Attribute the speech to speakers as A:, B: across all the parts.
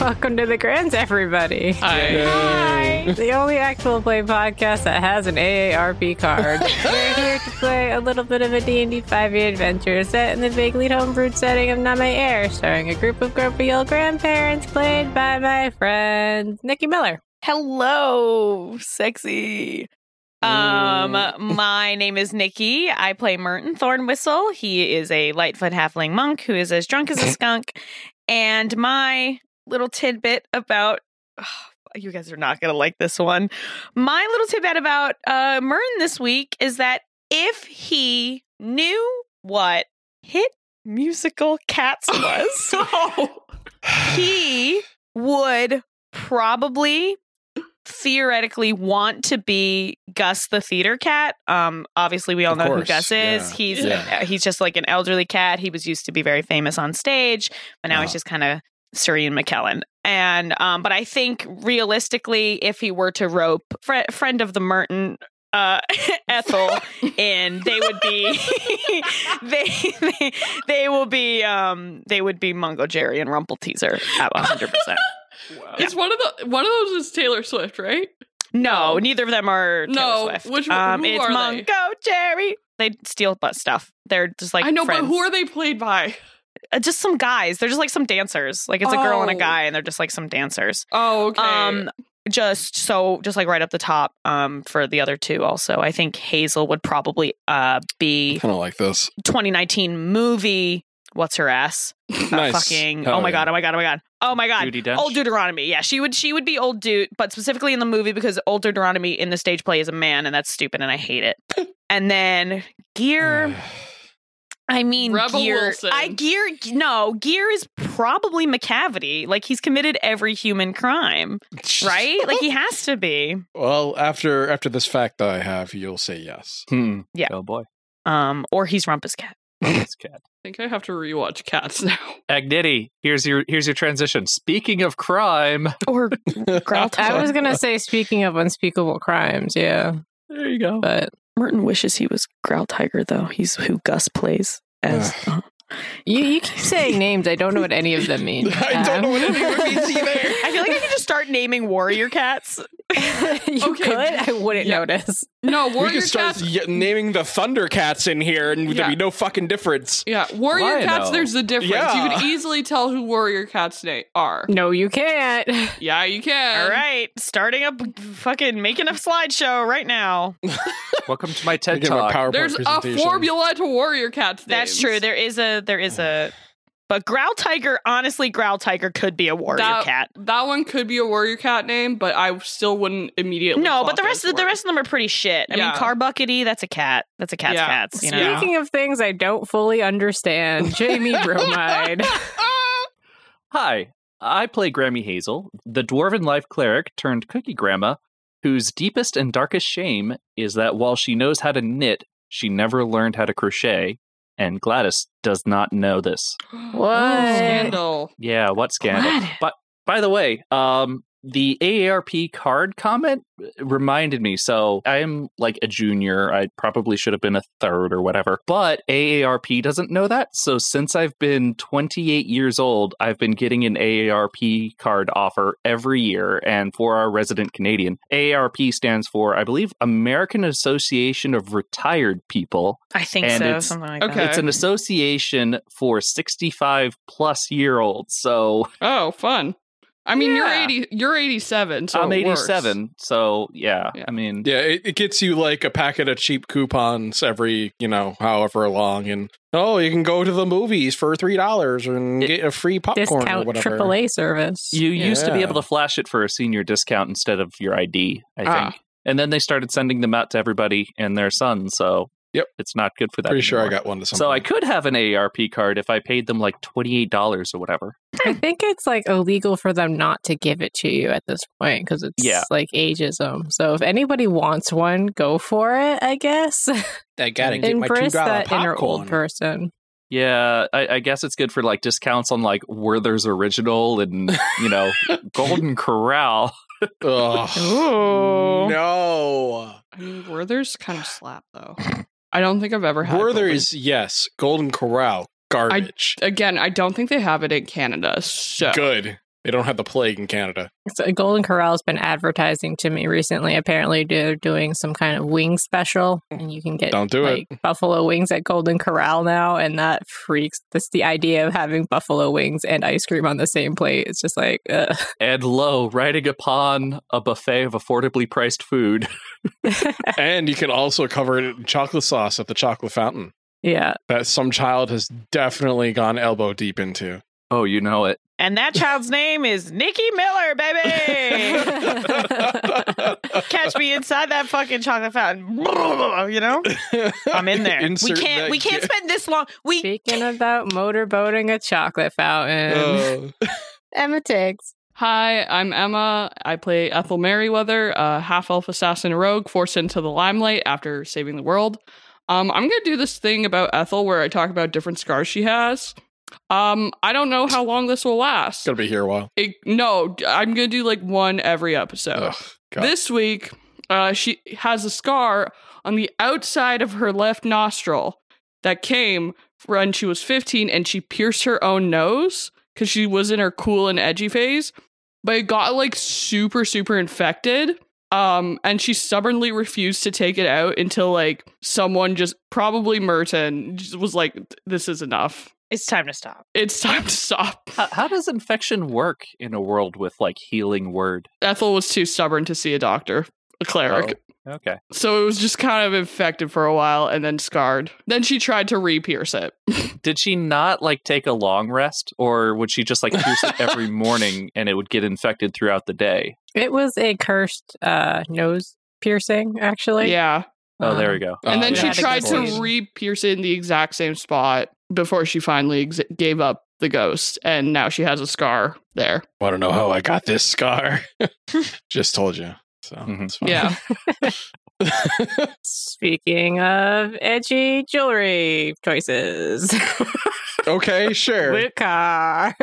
A: Welcome to the Grants, everybody.
B: Hi.
A: Hi. The only actual play podcast that has an AARP card. We're here to play a little bit of a D&D 5e E adventure set in the vaguely homebrewed setting of Name Air, starring a group of grumpy old grandparents played by my friend Nikki Miller.
C: Hello, sexy. Um, my name is Nikki. I play Merton Thornwhistle. He is a Lightfoot halfling monk who is as drunk as a skunk. And my little tidbit about you guys are not gonna like this one. My little tidbit about uh Merton this week is that if he knew what hit musical cats was, he would probably theoretically want to be Gus the theater cat. Um obviously we all
B: Of
C: know who
B: course,
C: Gus is.
B: yeah.
C: He's uh,
B: Yeah.
C: he's just like an elderly cat. He was used to be very famous on stage, but now he's
B: Uh-huh.
C: just kind of Surian McKellen. And um but I think realistically if he were to rope fri friend of the Merton uh Ethel in they would be they, they they will be um they would be Mungo Jerry and Rumple Teaser at 100%.
D: It's one of the one of those is Taylor Swift, right?
C: No, neither of them are Taylor
D: No,
C: Swift.
D: which-
C: um,
D: who
C: it's
D: are they?
C: Mungo Jerry. They steal butt stuff. They're just like
D: I know,
C: friends.
D: but who are they played by?
C: Uh, just some guys. They're just like some dancers. Like it's a girl and a
D: Oh.
C: guy, and they're just like some dancers.
D: Oh, okay.
C: Um, just so just like right up the top. Um, for the other two also, I think Hazel would probably uh be
B: Kind of like this.
C: 2019 movie. What's her ass? Uh,
B: Nice.
C: Fucking.
B: Hell
C: oh my
B: yeah.
C: god. Oh my god. Oh my god. Oh my god.
E: Judy Dench.
C: Old Deuteronomy. Yeah, she would she would be old dude, but specifically in the movie because old Deuteronomy in the stage play is a man and that's stupid and I hate it. And then Gear, I mean
D: Rebel
C: Gear.
D: Wilson.
C: I Gear no, Gear is probably McCavity. Like he's committed every human crime, right? like he has to be.
B: Well, after after this fact that I have, you'll say yes. Hmm.
E: Oh boy.
C: Um or he's Rumpus Cat.
E: This cat.
D: I think I have to rewatch Cats now.
E: Agniti, here's your here's your transition. Speaking of crime,
C: Or Growlithe.
A: I was going to say, speaking of unspeakable crimes, yeah,
E: there you go.
A: but
C: Merton wishes he was Growl Tiger though. He's who Gus plays uh-huh.
B: as-
A: you, you keep saying names. I don't know what any of them mean.
B: I don't know what
A: Um,
B: anyone means either.
C: I feel like I could just start naming warrior cats.
A: you
D: Okay.
A: could? I wouldn't
D: Yeah.
A: notice.
D: No,
B: We
D: Warrior
B: can start
D: Cats.
B: y- naming the Thundercats in here, and
D: Yeah.
B: there'd be no fucking difference.
D: Yeah, Warrior
E: Lionel.
D: Cats. There's a difference. You
B: Yeah.
D: could easily tell who Warrior Cats na- are.
A: No, you can't.
D: Yeah, you can.
C: All right, starting up, fucking making a slideshow right now.
E: Welcome to my TED
B: Give him
E: Talk.
B: PowerPoint
D: There's a
B: presentation.
D: formula to Warrior Cats.
C: That's
D: names.
C: true. There is a there is a, but Growl Tiger. Honestly, Growl Tiger could be a warrior
D: That-
C: cat.
D: That one could be a Warrior Cat name, but I still wouldn't immediately.
C: No, but
D: clock
C: the rest
D: as
C: of the
D: warrior.
C: rest of them are pretty shit. I
D: Yeah.
C: mean, Carbuckety, that's a cat. That's a cat's
D: Yeah.
C: cats. You know.
D: Yeah.
A: Speaking of things I don't fully understand, Jamie Bromide.
E: Hi, I play Grammy Hazel, the dwarven life cleric turned cookie grandma, whose deepest and darkest shame is that while she knows how to knit, she never learned how to crochet, and Gladys does not know this.
A: What?
D: Oh, scandal?
E: Yeah, what scandal? But by the way, um, the AARP card comment uh, reminded me. So I am like a junior. I probably should have been a third or whatever. But AARP doesn't know that. So since I've been 28 years old, I've been getting an AARP card offer every year. And for our resident Canadian, AARP stands for, I believe, American Association of Retired People.
C: I think
E: And
C: so.
E: it's-
C: Something like
D: Okay.
C: that.
E: It's an association for 65 plus year olds. So.
D: Oh, fun. I mean,
E: Yeah.
D: you're eighty. You're eighty-seven. So
E: I'm
D: it works.
E: 87, so yeah,
D: Yeah.
E: I mean,
B: Yeah, it, it gets you like a packet of cheap coupons every, you know, however long. And oh, you can go to the movies for $3 and
E: It-
B: get a free popcorn or
A: Discount
B: whatever.
A: AAA service.
E: you used to be
B: Yeah.
E: able to flash it for a senior discount instead of your ID, I
D: Ah.
E: think. And then they started sending them out to everybody and their son, so
B: Yep.
E: it's not good for that.
B: Pretty sure I
E: anymore.
B: got one to something.
E: So I could have an AARP card if I paid them like $28 or whatever.
A: I think it's like illegal for them not to give it to you at this point because it's
E: Yeah.
A: like ageism. So if anybody wants one, go for it, I guess.
B: I
E: gotta
B: get my $2
A: Embrace that inner
B: popcorn.
A: old person.
E: Yeah, I, I guess it's good for like discounts on like Werther's Original and, you know, Golden Corral.
B: Ugh,
C: Ooh.
B: no.
D: I mean, Werther's kind of slap though. I don't think I've ever had
B: Werther's, yes. Golden Corral, garbage.
D: Again, I don't think they have it in Canada. So
B: Good. They don't have the plague in Canada.
A: So Golden Corral's been advertising to me recently. Apparently, they're doing some kind of wing special, and you can get
B: Don't do
A: like buffalo wings at Golden Corral now, and that freaks. That's the idea of having buffalo wings and ice cream on the same plate. It's just like, ugh.
E: Ed Lowe riding upon a buffet of affordably priced food.
B: it. and you can also cover it in chocolate sauce at the chocolate fountain
A: yeah.
B: that some child has definitely gone elbow deep into.
E: Oh, you know it.
C: And that child's name is Nikki Miller, baby. Catch me inside that fucking chocolate fountain. You know? I'm in there. we
B: Insert
C: can't
B: that
C: we can't
B: kid-
C: spend this long. We
A: Speaking about motorboating a chocolate fountain,
B: Oh.
A: Emma Tiggs.
D: Hi, I'm Emma. I play Ethel Merriweather, a half elf assassin rogue forced into the limelight after saving the world. Um, I'm going to do this thing about Ethel where I talk about different scars she has. Um, I don't know how long this will
B: It's
D: last.
B: gonna be here a while.
D: It, no, I'm going to do like one every episode.
B: Ugh, God.
D: This week, uh, she has a scar on the outside of her left nostril that came when she was 15 and she pierced her own nose because she was in her cool and edgy phase. But it got like super, super infected. Um, and she stubbornly refused to take it out until like someone just probably Merton just was like, This is enough.
C: It's time to stop.
D: It's time to stop.
E: How, how does infection work in a world with like healing word?
D: Ethel was too stubborn to see a doctor, a cleric.
E: Oh, okay.
D: So it was just kind of infected for a while and then scarred. Then she tried to re pierce it.
E: Did she not like take a long rest or would she just like pierce it every morning and it would get infected throughout the day?
A: It was a cursed uh, nose piercing, actually.
D: yeah.
E: Oh, there we
A: Um,
E: go.
D: And
B: Oh,
D: then
B: yeah.
D: she
A: Not a
D: tried
A: good
D: to
A: solution.
D: re pierce it in the exact same spot before she finally ex- gave up the ghost. And now she has a scar there.
B: Want to know how I got this scar? Just told you. So
E: Mhm.
B: it's fine.
D: Yeah.
A: Speaking of edgy jewelry choices,
B: okay, sure.
A: Luke Carr.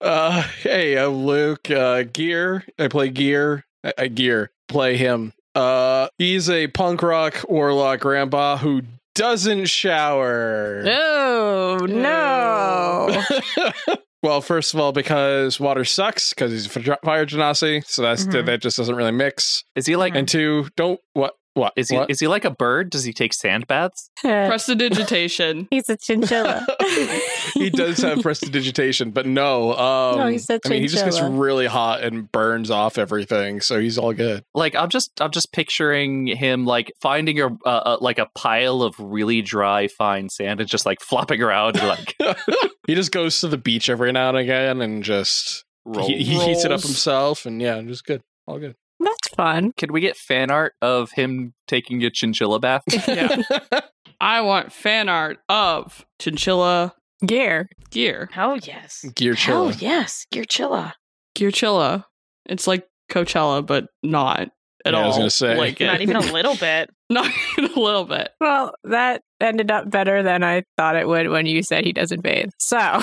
B: Uh, hey, I'm Luke. Uh, Gear. I play Gear. I, I Gear. Play him. Uh, he's a punk rock warlock grandpa who doesn't shower.
A: Oh, no.
B: well, first of all, because water sucks, because he's a fi- fire genasi, so that's
C: Mhm.
B: that just doesn't really mix.
E: Is he like
B: And two, don't what what
E: is he
B: what?
E: is he like a bird? Does he take sand baths?
D: Prestidigitation.
A: He's a chinchilla.
B: he does have prestidigitation, but no. Um,
A: No, he's a
B: I mean, he just gets
A: chinchilla.
B: really hot and burns off everything, so he's all good.
E: Like I'm just I'm just picturing him like finding a, uh, a like a pile of really dry fine sand and just like flopping around and like
B: he just goes to the beach every now and again and just
E: roll.
B: he, he heats it up
D: Rolls.
B: himself, and yeah, just good, all good.
A: That's fun.
E: Can we get fan art of him taking a chinchilla bath?
D: Yeah. I want fan art of chinchilla
A: Gear.
D: gear.
C: Oh yes.
B: Gear
C: Oh
B: chilla.
C: yes. Gear chilla.
D: Gearchilla. It's like Coachella, but not
B: Yeah,
D: at all.
B: I was gonna say.
D: Like it.
C: Not even a little bit.
D: Not even a little bit.
A: Well, that ended up better than I thought it would when you said he doesn't bathe. So,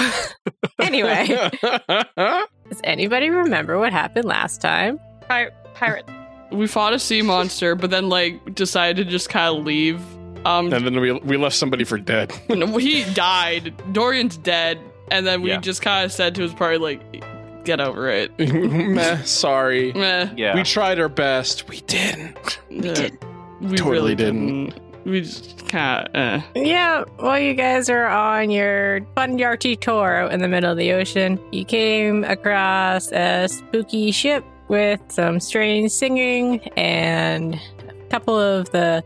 A: anyway, does anybody remember what happened last time?
C: Pirate pirate.
D: we fought a sea monster, but then like decided to just kind of leave. Um,
B: and then we we left somebody for dead.
D: he died. Dorian's dead, and then we
E: Yeah.
D: just kind of said to his party like, "Get over it."
B: Meh, sorry.
D: Meh.
E: yeah.
B: We tried our best. We didn't.
D: We
B: Uh,
C: didn't.
D: We
B: Totally
D: really
B: didn't.
D: didn't. We just kind of. Uh.
A: Yeah, well, you guys are on your fun yarty tour out in the middle of the ocean. You came across a spooky ship with some strange singing and a couple of the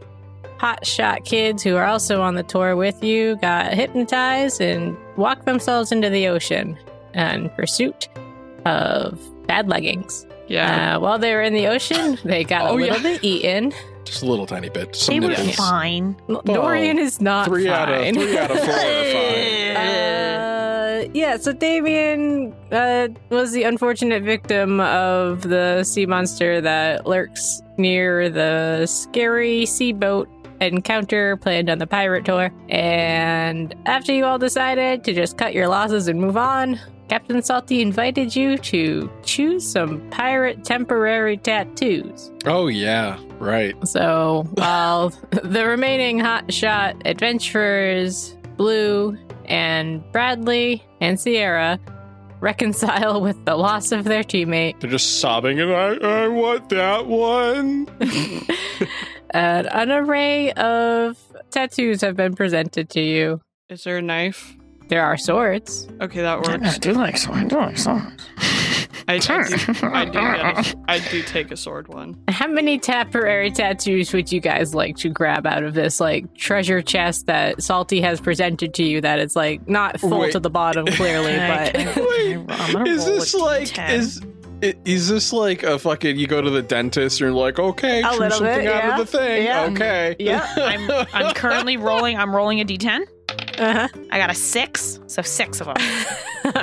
A: hotshot kids who are also on the tour with you got hypnotized and walked themselves into the ocean in pursuit of bad leggings.
D: Yeah.
A: Uh, while they were in the ocean, they got a
D: Oh,
A: little
D: yeah.
A: bit eaten.
B: Just a little tiny bit.
C: They
B: Some
C: were
B: nipples.
C: fine.
A: Dorian is not
B: Three
A: fine.
B: out of three out of four are fine.
A: Uh, yeah, so Damien uh, was the unfortunate victim of the sea monster that lurks near the scary sea boat encounter planned on the pirate tour. And after you all decided to just cut your losses and move on, Captain Salty invited you to choose some pirate temporary tattoos.
B: Oh yeah, right.
A: So while the remaining hotshot adventurers, Blue and Bradley and Sierra, reconcile with the loss of their teammate.
B: They're just sobbing, and I, I want that one.
A: And an array of tattoos have been presented to you.
D: Is there a knife?
A: There are swords.
D: Okay, that
F: I
D: works.
F: do like so. I do like so.
D: I, I, do, I, do get a, I do take a sword one.
A: How many temporary tattoos would you guys like to grab out of this like treasure chest that Salty has presented to you? That it's like not full
B: Wait.
A: to the bottom, clearly, but
B: Wait,
F: I'm gonna
B: is
F: roll
B: this
F: a
B: like
F: D10.
B: is i- is this like a fucking you go to the dentist and you're like okay
A: A
B: chew
A: little
B: something
A: bit,
B: out
A: yeah.
B: of the thing
A: Yeah.
B: okay
A: Yeah.
C: I'm I'm currently rolling. I'm rolling a d10.
A: uh-huh.
C: I got a six, so six of them.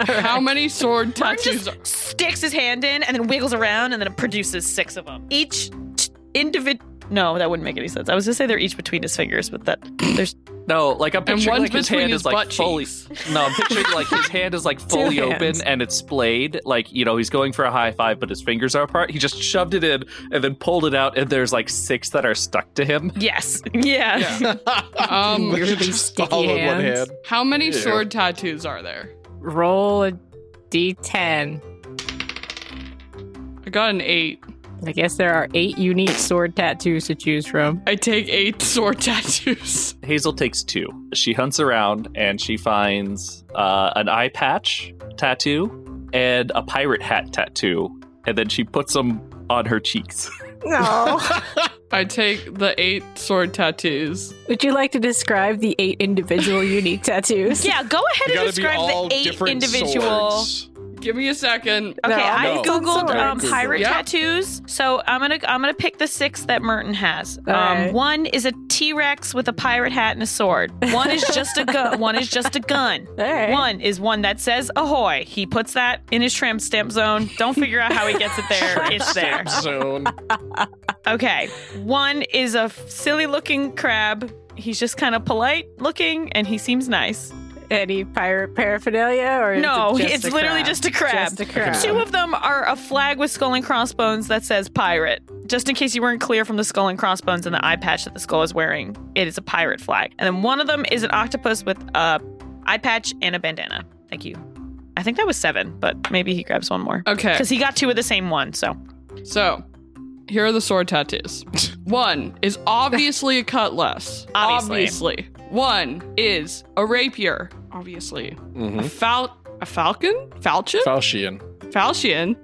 D: How many sword
C: Mark
D: tattoos?
C: just sticks his hand in and then wiggles around and then it produces six of them. Each t- individual. No, that wouldn't make any sense. I was gonna say they're each between his fingers, but that there's
E: No, like I'm
D: And
E: picturing
D: one's
E: like his
D: between
E: hand
D: his
E: is like
D: butt
E: fully.
D: cheeks.
E: No, I'm picturing like his hand is like fully open
A: hands.
E: and it's splayed. Like you know, he's going for a high five, but his fingers are apart. He just shoved it in and then pulled it out, and there's like six that are stuck to him.
C: yes, yeah.
D: Um,
A: Weirdly
B: Just
A: sticky
B: all in one
A: hands.
B: hand.
D: how many
B: Yeah.
D: sword tattoos are there?
A: roll a d10.
D: I got an eight.
A: I guess there are eight unique sword tattoos to choose from.
D: I take eight sword tattoos.
E: Hazel takes two. She hunts around and she finds uh, an eye patch tattoo and a pirate hat tattoo, and then she puts them on her cheeks.
A: No.
D: I take the eight sword tattoos.
A: Would you like to describe the eight individual unique tattoos?
C: Yeah, go ahead
B: You
C: and
B: gotta
C: describe
B: be all
C: the eight
B: different
C: individual.
B: swords.
D: Give me a second.
C: Okay,
A: No,
C: I
B: no.
C: googled
A: Sorry,
C: um,
B: Google.
C: pirate
D: Yeah.
C: tattoos, so I'm gonna I'm gonna pick the six that Merton has. Um,
A: Alright.
C: One is a T Rex with a pirate hat and a sword. One is just a gun. One is just a gun.
A: All right.
C: One is one that says "Ahoy." He puts that in his tramp stamp zone. Don't figure out how he gets it there. It's there.
B: Zone.
C: Okay. One is a silly looking crab. He's just kind of polite looking, and he seems nice.
A: Any pirate paraphernalia or is
C: No,
A: it just
C: it's
A: a
C: literally
A: crab?
C: just a crab.
A: Just a crab.
C: Two of them are a flag with skull and crossbones that says pirate. Just in case you weren't clear from the skull and crossbones and the eye patch that the skull is wearing, it is a pirate flag. And then one of them is an octopus with a eye patch and a bandana. Thank you. I think that was seven, but maybe he grabs one more.
D: Okay.
C: Because he got two of the same one, so.
D: So, here are the sword tattoos. One is obviously a cutlass.
C: Obviously.
D: Obviously. One is a rapier. Obviously.
B: Mm-hmm. Hmm?
D: A fal a falcon? Falchion?
B: Falchion.
D: falchion.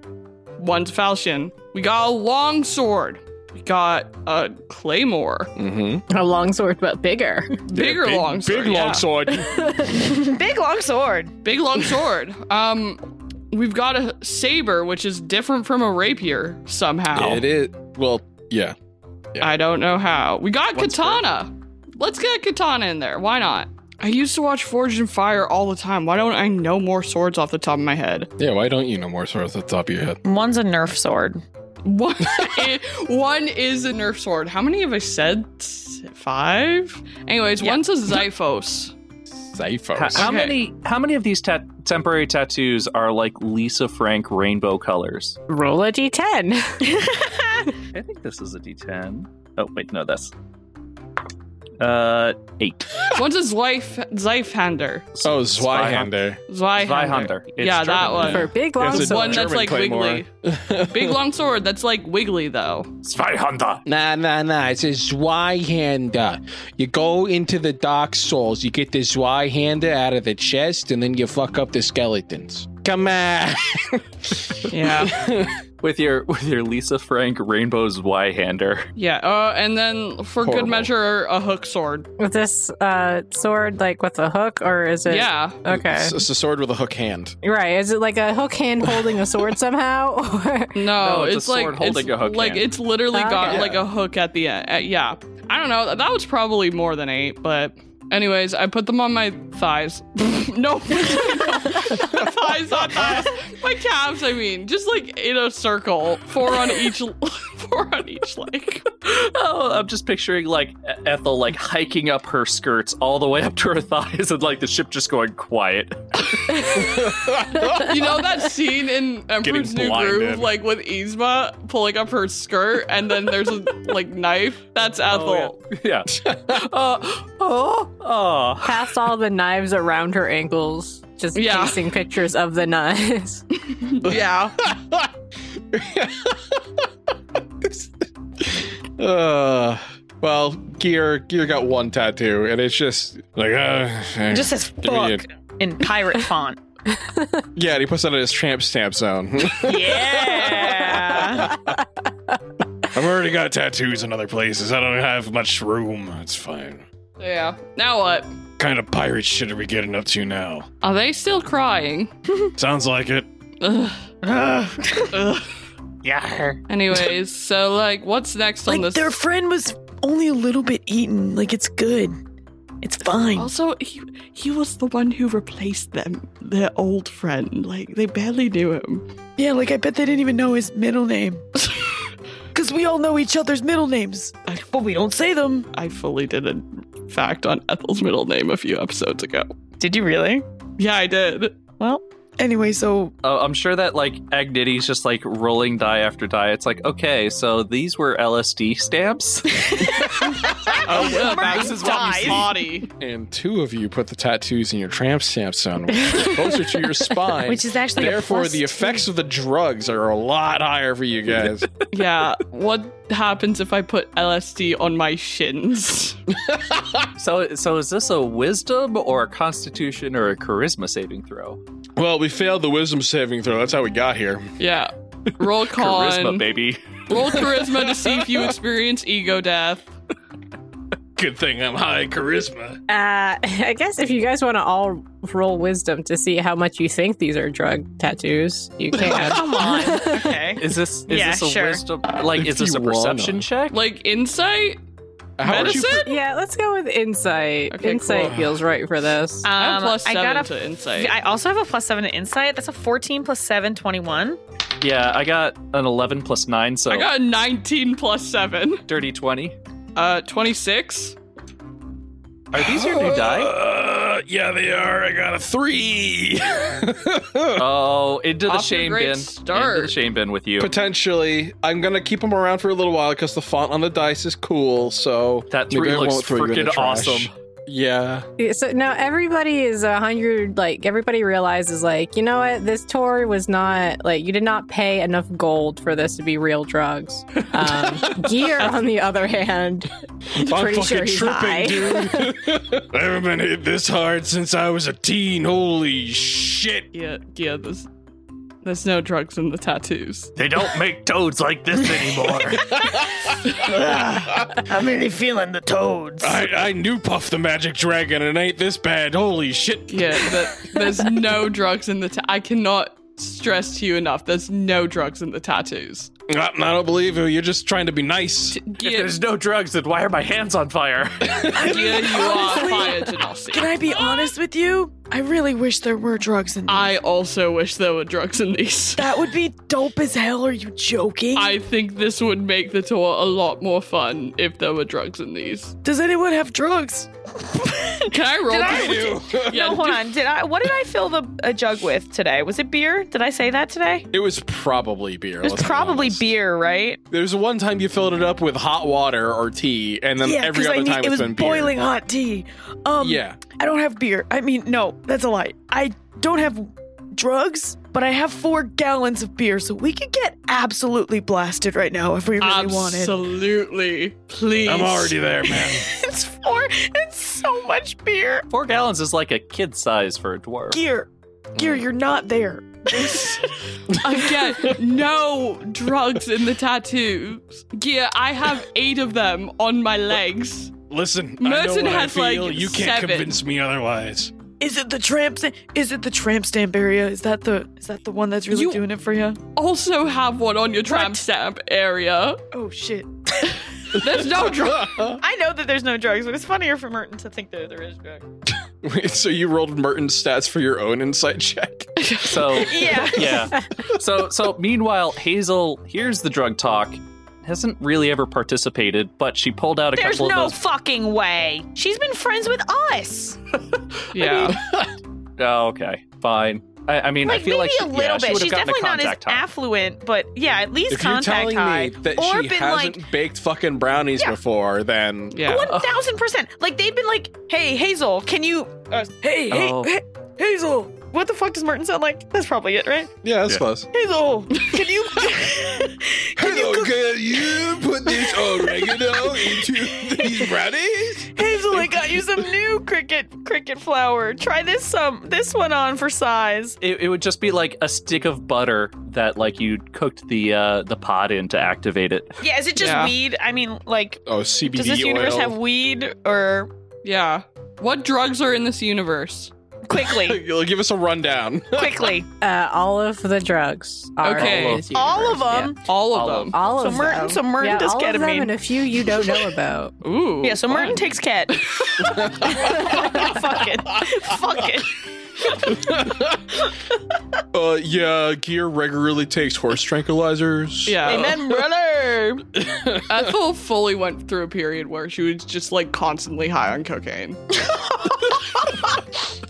D: One's a falchion. We got a long sword. We got a claymore.
B: Mm-hmm.
A: A long sword, but bigger.
D: Bigger
B: big,
D: long sword.
B: Big
D: yeah.
B: long sword.
C: Big long sword.
D: Big long sword. Um we've got a saber, which is different from a rapier somehow.
B: It is. Well, yeah.
D: I don't know how. We got
E: What's
D: katana. Let's get katana in there. Why not? I used to watch Forged and Fire all the time. Why don't I know more swords off the top of my head?
B: Yeah, why don't you know more swords at the top of your head?
C: One's a Nerf sword.
D: One, i- one is a Nerf sword. How many have I said? S- Five? Anyways,
C: Yeah.
D: one's a Xiphos.
E: How,
B: Siphos.
E: how
D: Okay.
E: many? How many of these tat temporary tattoos are like Lisa Frank rainbow colors?
A: Roll a d10.
E: I think this is a D10. Oh wait, no, that's uh eight.
D: one's a Zweif- Zweifhander.
B: Oh, Zweihander.
D: Zweihander.
E: Zweihander. It's
D: yeah, that
E: German.
D: one.
A: For big long
B: It's a
A: sword.
D: One that's
B: German
D: like
B: claymore.
D: wiggly. Big long sword that's like wiggly though.
E: Zweihander.
G: Nah, nah, nah. It's a Zweihander. You go into the Dark Souls, you get the Zweihander out of the chest, and then you fuck up the skeletons. Come on.
D: Yeah.
E: With your with your Lisa Frank rainbow Zweihander.
D: yeah. Uh, and then for good
B: Horrible.
D: measure, a hook sword.
A: With this uh, sword, like with a hook, or is it?
D: Yeah.
A: Okay.
B: It's, it's a sword with a hook hand.
A: Right. Is it like a hook hand holding a sword somehow? Or...
D: No,
E: No, it's a
D: it's, like
E: sword holding
D: it's,
E: a hook
D: Like
E: hand.
D: it's literally
A: Ah,
D: got
A: okay.
D: like a hook at the end. Uh, yeah, I don't know. That- That was probably more than eight, but anyways, I put them on my thighs. no, thighs, not thighs. My calves. I mean, just like in a circle, four on each, four on each leg.
E: Oh, I'm just picturing like E-, Ethel like hiking up her skirts all the way up to her thighs and like the ship just going quiet.
D: You know that scene in Emperor's New Groove,
B: blinded.
D: like with Yzma pulling up her skirt, and then there's a like knife. That's Ethel.
E: Yeah. uh, oh, oh.
A: Past all the knives around her ankles. just
D: Yeah.
A: pasting pictures of the nuns.
D: Yeah.
B: uh, well, Gear Gear got one tattoo, and it's just like uh,
C: It just says
B: give me
C: fuck in pirate font.
B: yeah. And he puts that in his tramp stamp zone.
C: Yeah.
B: I've already got tattoos in other places. I don't have much room. It's fine.
D: yeah. Now what?
B: kind of pirate shit are we getting up to now?
D: Are they still crying?
B: Sounds like it.
D: Ugh. Ugh.
E: Yeah.
D: Anyways, so like, what's next on
F: Like
D: this?
F: their friend was only a little bit eaten. Like it's good. It's fine.
D: also, he he was the one who replaced them, their old friend. Like they barely knew him.
F: Yeah, like I bet they didn't even know his middle name. Cause we all know each other's middle names, but we don't say them.
D: I fully did a fact on Ethel's middle name a few episodes ago.
C: Did you really?
D: Yeah, I did.
F: Anyway, so
E: Oh, I'm sure that like Agnitti's just like rolling die after die. It's like, okay, so these were LSD stamps.
D: Oh, well,
C: Murray
D: this is what
C: dies.
D: we body.
B: And two of you put the tattoos in your tramp stamp zone, which is closer to your spine.
C: Which is actually a
B: Therefore,
C: plus
B: the effects of the drugs are a lot higher for you guys.
D: Yeah. What happens if I put LSD on my shins?
E: so, so is this a wisdom or a constitution or a charisma saving throw?
B: well, we failed the wisdom saving throw. That's how we got here.
D: Yeah. Roll con.
E: Charisma, baby.
D: Roll charisma to see if you experience ego death.
B: Good thing I'm high in charisma.
A: Uh, I guess if you guys want to all roll wisdom to see how much you think these are drug tattoos, you can.
C: Come on. Okay.
E: Is this is
C: Yeah,
E: this a
C: sure.
E: wisdom? Like,
B: If
E: is this
B: you
E: a perception
B: wanna.
E: check?
D: Like insight?
B: How are you?
D: Medicine?
A: yeah, let's go with insight.
D: Okay,
A: insight
D: cool. Uh,
A: feels right for this.
C: Um,
D: I have plus
C: I
D: seven
C: got a
D: to insight.
C: I also have a plus seven to insight. That's a 14 plus 7, 21.
E: Yeah, I got an 11 plus nine, so
D: I got a 19 plus 7.
E: dirty 20.
D: Uh, 26?
E: Are these your new die?
B: Uh, yeah, they are. I got a three.
E: Oh, into the
D: Off to a
E: shame
D: great
E: bin.
D: start.
E: Into the shame bin with you.
B: Potentially, I'm gonna keep them around for a little while because the font on the dice is cool. So
E: That
B: maybe
E: three
B: I
E: looks
B: won't throw you in the
E: freaking
B: trash.
E: awesome.
B: Yeah.
A: Yeah, So now everybody is a hundred. Like everybody realizes, like you know what, this tour was not like you did not pay enough gold for this to be real drugs. Um, gear, on the other hand, pretty sure he's high.
B: dude. I haven't been hit this hard since I was a teen. Holy shit.
D: Yeah, yeah, there's, there's no drugs in the tattoos.
E: They don't make toads like this anymore.
F: I'm really feeling the toads.
B: I, I knew Puff the Magic Dragon and it ain't this bad. Holy shit.
D: Yeah, the, there's no drugs in the ta- I cannot stress to you enough, there's no drugs in the tattoos.
B: I, I don't believe you. You're just trying to be nice.
E: if
D: Yeah,
E: there's no drugs, then why are my hands on fire?
D: yeah you are
F: Honestly,
D: fired,
F: Can
D: Genasi.
F: I be honest with you? I really wish there were drugs in these.
D: I also wish there were drugs in these.
F: that would be dope as hell. Are you joking?
D: I think this would make the tour a lot more fun if there were drugs in these.
F: Does anyone have drugs?
D: Can I roll?
C: Did
D: to-
C: I-
D: Yeah,
C: no, hold
D: do-
C: on. Did I? What did I fill the a jug with today? Was it beer? Did I say that today?
B: It was probably beer.
C: It was
B: let's be
C: probably
B: honest.
C: beer, right?
B: There's one time you filled it up with hot water or tea, and then
F: yeah,
B: every
F: 'cause I
B: other
F: need,
B: time
F: it was
B: been beer.
F: boiling hot tea. Um,
B: Yeah.
F: I don't have beer. I mean, no, that's a lie. I don't have drugs, but I have four gallons of beer, so we could get absolutely blasted right now if we really wanted.
D: Absolutely. Please.
B: I'm already there, man.
F: It's four. It's so much beer.
E: Four gallons is like a kid size for a dwarf.
F: Gear, gear, you're not there.
D: Again, no drugs in the tattoos. Yeah, I have eight of them on my legs.
B: Listen,
D: Merton has, like, seven.
B: me otherwise.
F: Is it the tramp? Sta- is it the tramp stamp area? Is that the? Is that the one that's really
D: You-
F: doing it for you?
D: Also, have one on your tram stamp area.
F: Oh shit!
D: There's no drugs.
C: I know that there's no drugs, but it's funnier for Merton to think that there is drugs.
B: Wait, so you rolled Merton's stats for your own insight check?
E: So
C: Yeah.
E: yeah. So so meanwhile, Hazel hears the drug talk, hasn't really ever participated, but she pulled out a
C: There's
E: couple
C: no
E: of those.
C: fucking way. She's been friends with us.
D: Yeah.
E: oh, okay, fine. I, I mean,
C: Like
E: I
C: maybe
E: feel like she,
C: a
E: yeah,
C: little
E: she
C: bit.
E: would have
C: She's
E: gotten a
C: definitely not as
E: contact high.
C: affluent, but yeah, at least
B: if you're
C: contact
B: telling
C: high.
B: me that
C: or
B: she
C: been
B: hasn't
C: like
B: baked fucking brownies
C: Yeah.
B: before, then
D: yeah.
C: one thousand percent. Like they've been like, hey Hazel, can you?
F: Hey,
E: Oh.
F: hey, hey, Hazel! What the fuck does Martin sound like? That's probably it, right?
B: Yeah, that's
E: Yeah.
B: close.
F: Hazel, can you can you cook,
B: can you put this oregano into these brownies?
F: Hazel? I got you some new cricket cricket flour. Try this
C: um,
F: some this one on for size.
E: It, it would just be like a stick of butter that like you cooked the uh, the pot in to activate it.
C: Yeah, is it just
D: Yeah.
C: weed? I mean, like,
B: Oh, CBD
C: does this
B: oil.
C: universe have weed or
D: Yeah. What drugs are in this universe?
C: quickly?
B: You'll give us a rundown.
C: quickly.
A: Uh, all of the drugs. are
D: Okay.
A: in this
F: All of
A: universe, yeah.
F: them.
D: All of
E: All of
D: them.
A: All
F: So
A: of
F: Merton-
A: them.
F: so Merton
A: yeah,
F: does
A: all of them
F: ketamine.
A: and a few you don't know about.
D: Ooh.
C: Yeah, so Martin takes cat.
F: fuck it. Fuck it.
B: Uh, yeah, Gear regularly takes horse tranquilizers.
D: Yeah.
F: Amen, brother.
D: Ethel fully went through a period where she was just like constantly high on cocaine.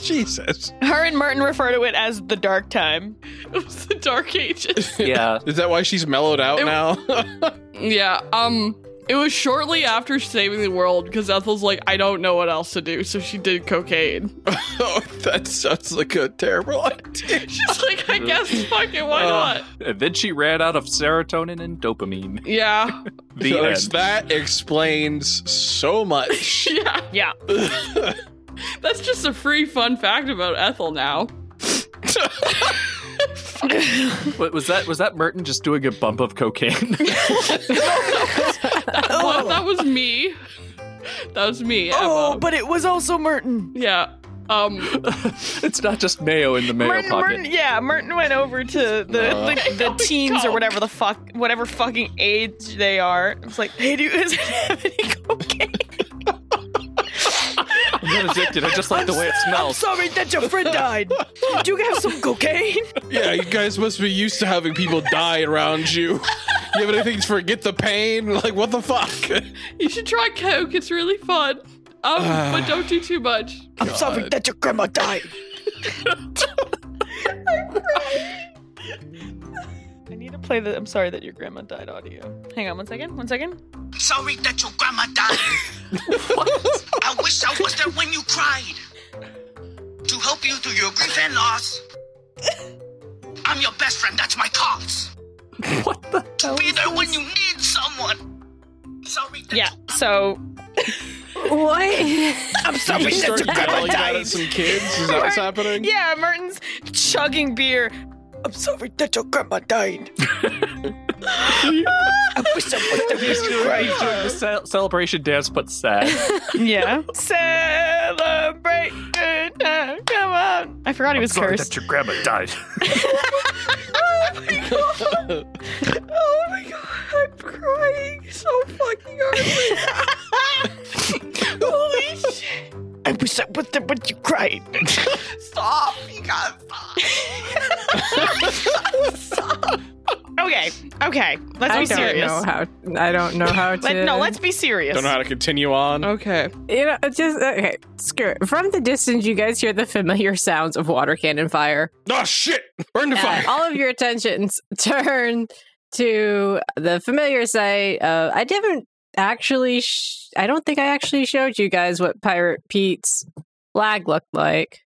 B: Jesus.
F: Her and Martin refer to it as the dark time.
D: It was the dark ages.
E: Yeah.
B: Is that why she's mellowed out
D: It-
B: now?
D: yeah. Um. It was shortly after saving the world because Ethel's like, I don't know what else to do, so she did cocaine.
B: oh, that sounds like a terrible idea.
D: She's like, I guess fucking why
B: Uh.
D: not?
E: And then she ran out of serotonin and dopamine.
D: Yeah.
E: The
B: So
E: end.
B: ex- That explains so much.
D: yeah.
F: Yeah.
D: That's just a free fun fact about Ethel now.
E: What- was that was that Merton just doing a bump of cocaine?
D: Well, that was me. That was me.
F: Oh,
D: Emma.
F: but it was also Merton.
D: yeah. Um,
E: it's not just mayo in the mayo
F: Merton,
E: pocket.
F: Merton, yeah, Merton went over to the
B: Uh.
F: the, the teens or whatever the fuck, whatever fucking age they are. It's like, hey, do you guys have any cocaine?
E: I'm not addicted. I just like the way it
F: I'm
E: smells.
F: sorry that your friend died. Do you have some cocaine?
B: yeah, you guys must be used to having people die around you. You have anything to forget the pain? Like, what the fuck?
D: you should try coke. It's really fun. Um, but don't do too much.
F: I'm sorry that your grandma died. I need to play the I'm sorry that your grandma died audio.
C: Hang on one second. One second.
H: Sorry that your grandma died. I wish I was there when you cried to help you through your grief and loss. I'm your best friend. That's my cause. What the? To be there when you need someone. Sorry. That
C: Yeah. So
A: What?
F: I'm
B: You
F: sorry
B: just
F: that
B: start
F: your grandma
B: yelling out
F: died.
B: at some kids? Is that what's happening?
F: Yeah, Merton's chugging beer. I'm sorry that your grandma died. I wish I was there
E: He's
F: when you
E: doing,
F: cried.
E: he's doing the ce- celebration dance, but sad.
C: yeah.
F: Celebrate good time. Come on. I forgot he was
E: Sorry
F: cursed.
E: that your grandma died.
F: Oh my god, I'm crying so fucking hard. Holy shit. I wish I was there when you cried.
H: Stop. You gotta stop.
F: Okay, okay. Let's
A: I
F: be
A: don't
F: serious.
A: know how. I don't know how to.
F: Let, no, let's be serious.
B: Don't know how to continue on.
D: Okay.
A: You know, it's just okay. Screw it. From the distance, you guys hear the familiar sounds of water cannon fire.
B: Oh shit! Burn the
A: Uh,
D: Oh.
B: fire.
A: all of your attentions turn to the familiar sight. Uh, I didn't actually. Sh- I don't think I actually showed you guys what Pirate Pete's flag looked like,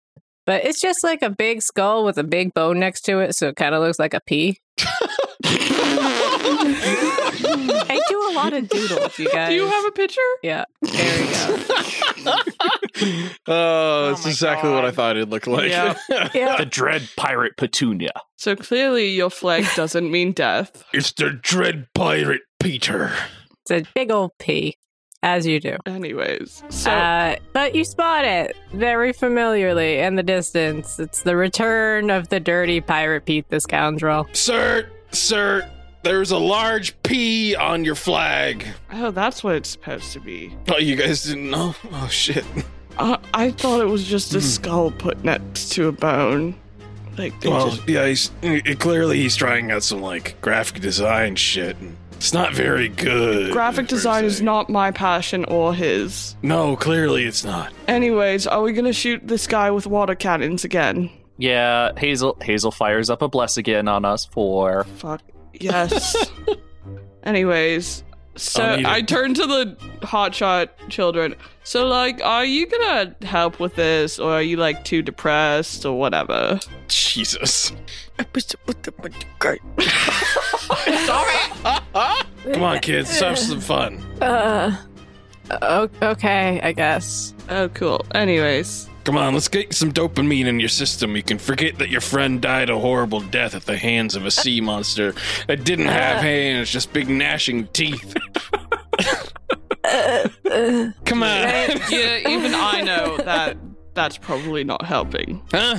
A: but it's just like a big skull with a big bone next to it, so it kind of looks like a pea. I do a lot of doodles, you guys.
D: Do you have a picture?
A: yeah, there we go.
B: Oh, that's
C: my
B: exactly what I
C: God.
B: thought it looked like.
D: Yeah.
A: Yeah.
E: The dread pirate Petunia.
D: So clearly, your flag doesn't mean death.
B: it's the dread pirate Peter.
A: It's a big old pea, as you do.
D: Anyways, so
A: uh, but you spot it very familiarly in the distance. It's the return of the dirty pirate Pete the scoundrel.
B: Sir, sir, there's a large P on your flag.
D: oh, that's what it's supposed to be.
B: Oh, you guys didn't know? Oh shit.
D: Uh, I thought it was just
B: Hmm.
D: a skull put next to a bone. Like they
B: Well,
D: just
B: yeah, he's it, clearly he's trying out some like graphic design shit. and It's not very good.
D: graphic
B: per
D: design is
B: se.
D: not my passion or his.
B: No, clearly it's not.
D: Anyways, are we gonna shoot this guy with water cannons again?
E: Yeah, Hazel Hazel fires up a bless again on us for
D: Fuck yes. Anyways, So
B: I'll need
D: I
B: it.
D: turn to the hotshot children. So like, are you gonna help with this, or are you like too depressed or whatever?
B: Jesus. Come
A: Come
B: on, kids. Let's have some fun.
A: Uh, o- okay, I guess.
D: Oh, cool. Anyways,
B: Come on, let's get some dopamine in your system. You can forget that your friend died a horrible death at the hands of a sea monster that didn't have hands, just big gnashing teeth.
A: Uh,
B: Come on.
D: yeah, even I know that that's probably not helping.
B: Huh?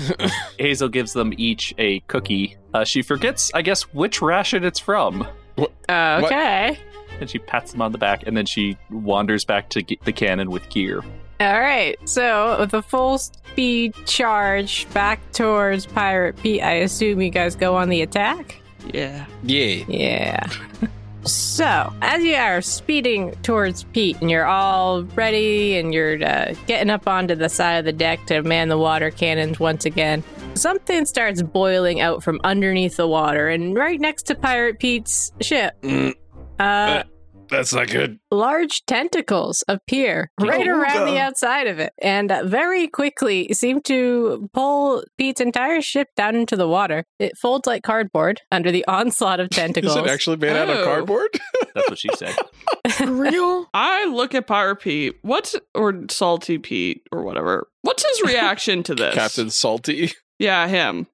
E: Hazel gives them each a cookie. Uh, she forgets, I guess, which ration it's from.
A: okay.
E: And she pats them on the back, and then she wanders back to ge- the cannon with gear.
A: All right. So with a full speed charge back towards Pirate Pete, I assume you guys go on the attack.
D: Yeah.
G: Yeah.
A: Yeah. so, as you are speeding towards Pete and you're all ready and you're uh, getting up onto the side of the deck to man the water cannons once again, something starts boiling out from underneath the water and right next to Pirate Pete's ship.
B: Mm,
A: Uh,
B: That's not good.
A: large tentacles appear right around the outside of it and uh, very quickly seem to pull Pete's entire ship down into the water. It folds like cardboard under the onslaught of tentacles.
B: Is it actually made out
D: Oh.
B: of cardboard?
E: That's what she said.
F: real?
D: I look at Pirate Pete. What's or Salty Pete or whatever. What's his reaction to this?
B: Captain Salty.
D: Yeah, him.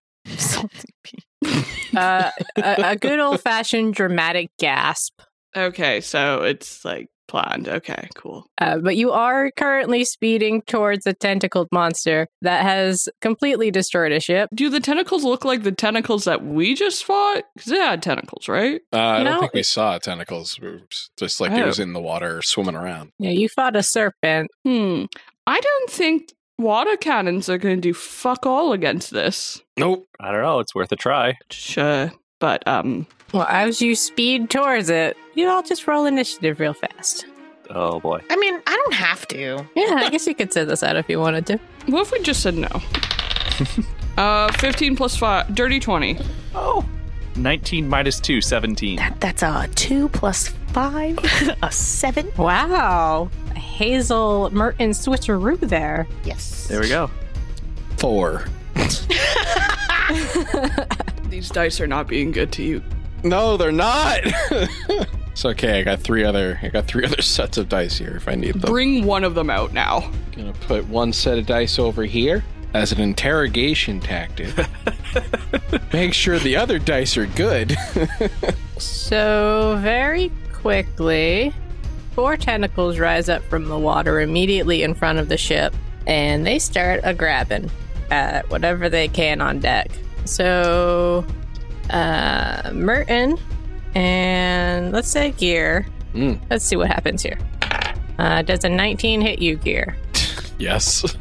A: uh, a, a good old fashioned dramatic gasp.
D: Okay, so it's like planned. Okay, cool.
A: Uh, but you are currently speeding towards a tentacled monster that has completely destroyed a ship.
D: Do the tentacles look like the tentacles that we just fought? Because it had tentacles, right?
B: Uh, I
A: No.
B: don't think we saw tentacles. We were Just like it
D: Oh.
B: was in the water swimming around.
A: Yeah, you fought a serpent.
D: Hmm. I don't think water cannons are going to do fuck all against this.
B: Nope.
E: I don't know. It's worth a try.
D: Sure, but um,
A: Well, as you speed towards it, you all just roll initiative real fast.
E: Oh boy.
C: I mean, I don't have to.
A: Yeah, I guess you could set this out if you wanted to.
D: what if we just said no? uh, fifteen plus five, dirty twenty.
E: Oh. 19 minus 2, 17.
C: That that's a two plus five, a seven.
A: Wow. Hazel Merton switcheroo there.
C: Yes.
E: There we go.
B: Four.
D: These dice are not being good to you.
B: No, they're not. it's okay. I got three other. I got three other sets of dice here if I need them.
D: Bring one of them out now.
G: Gonna put one set of dice over here as an interrogation tactic.
B: Make sure the other dice are good.
A: So, very quickly, four tentacles rise up from the water immediately in front of the ship, and they start a grabbing at whatever they can on deck. So, uh, Merton and let's say Gear.
G: Mm.
A: Let's see what happens here. Uh, does a 19 hit you, Gear?
B: yes.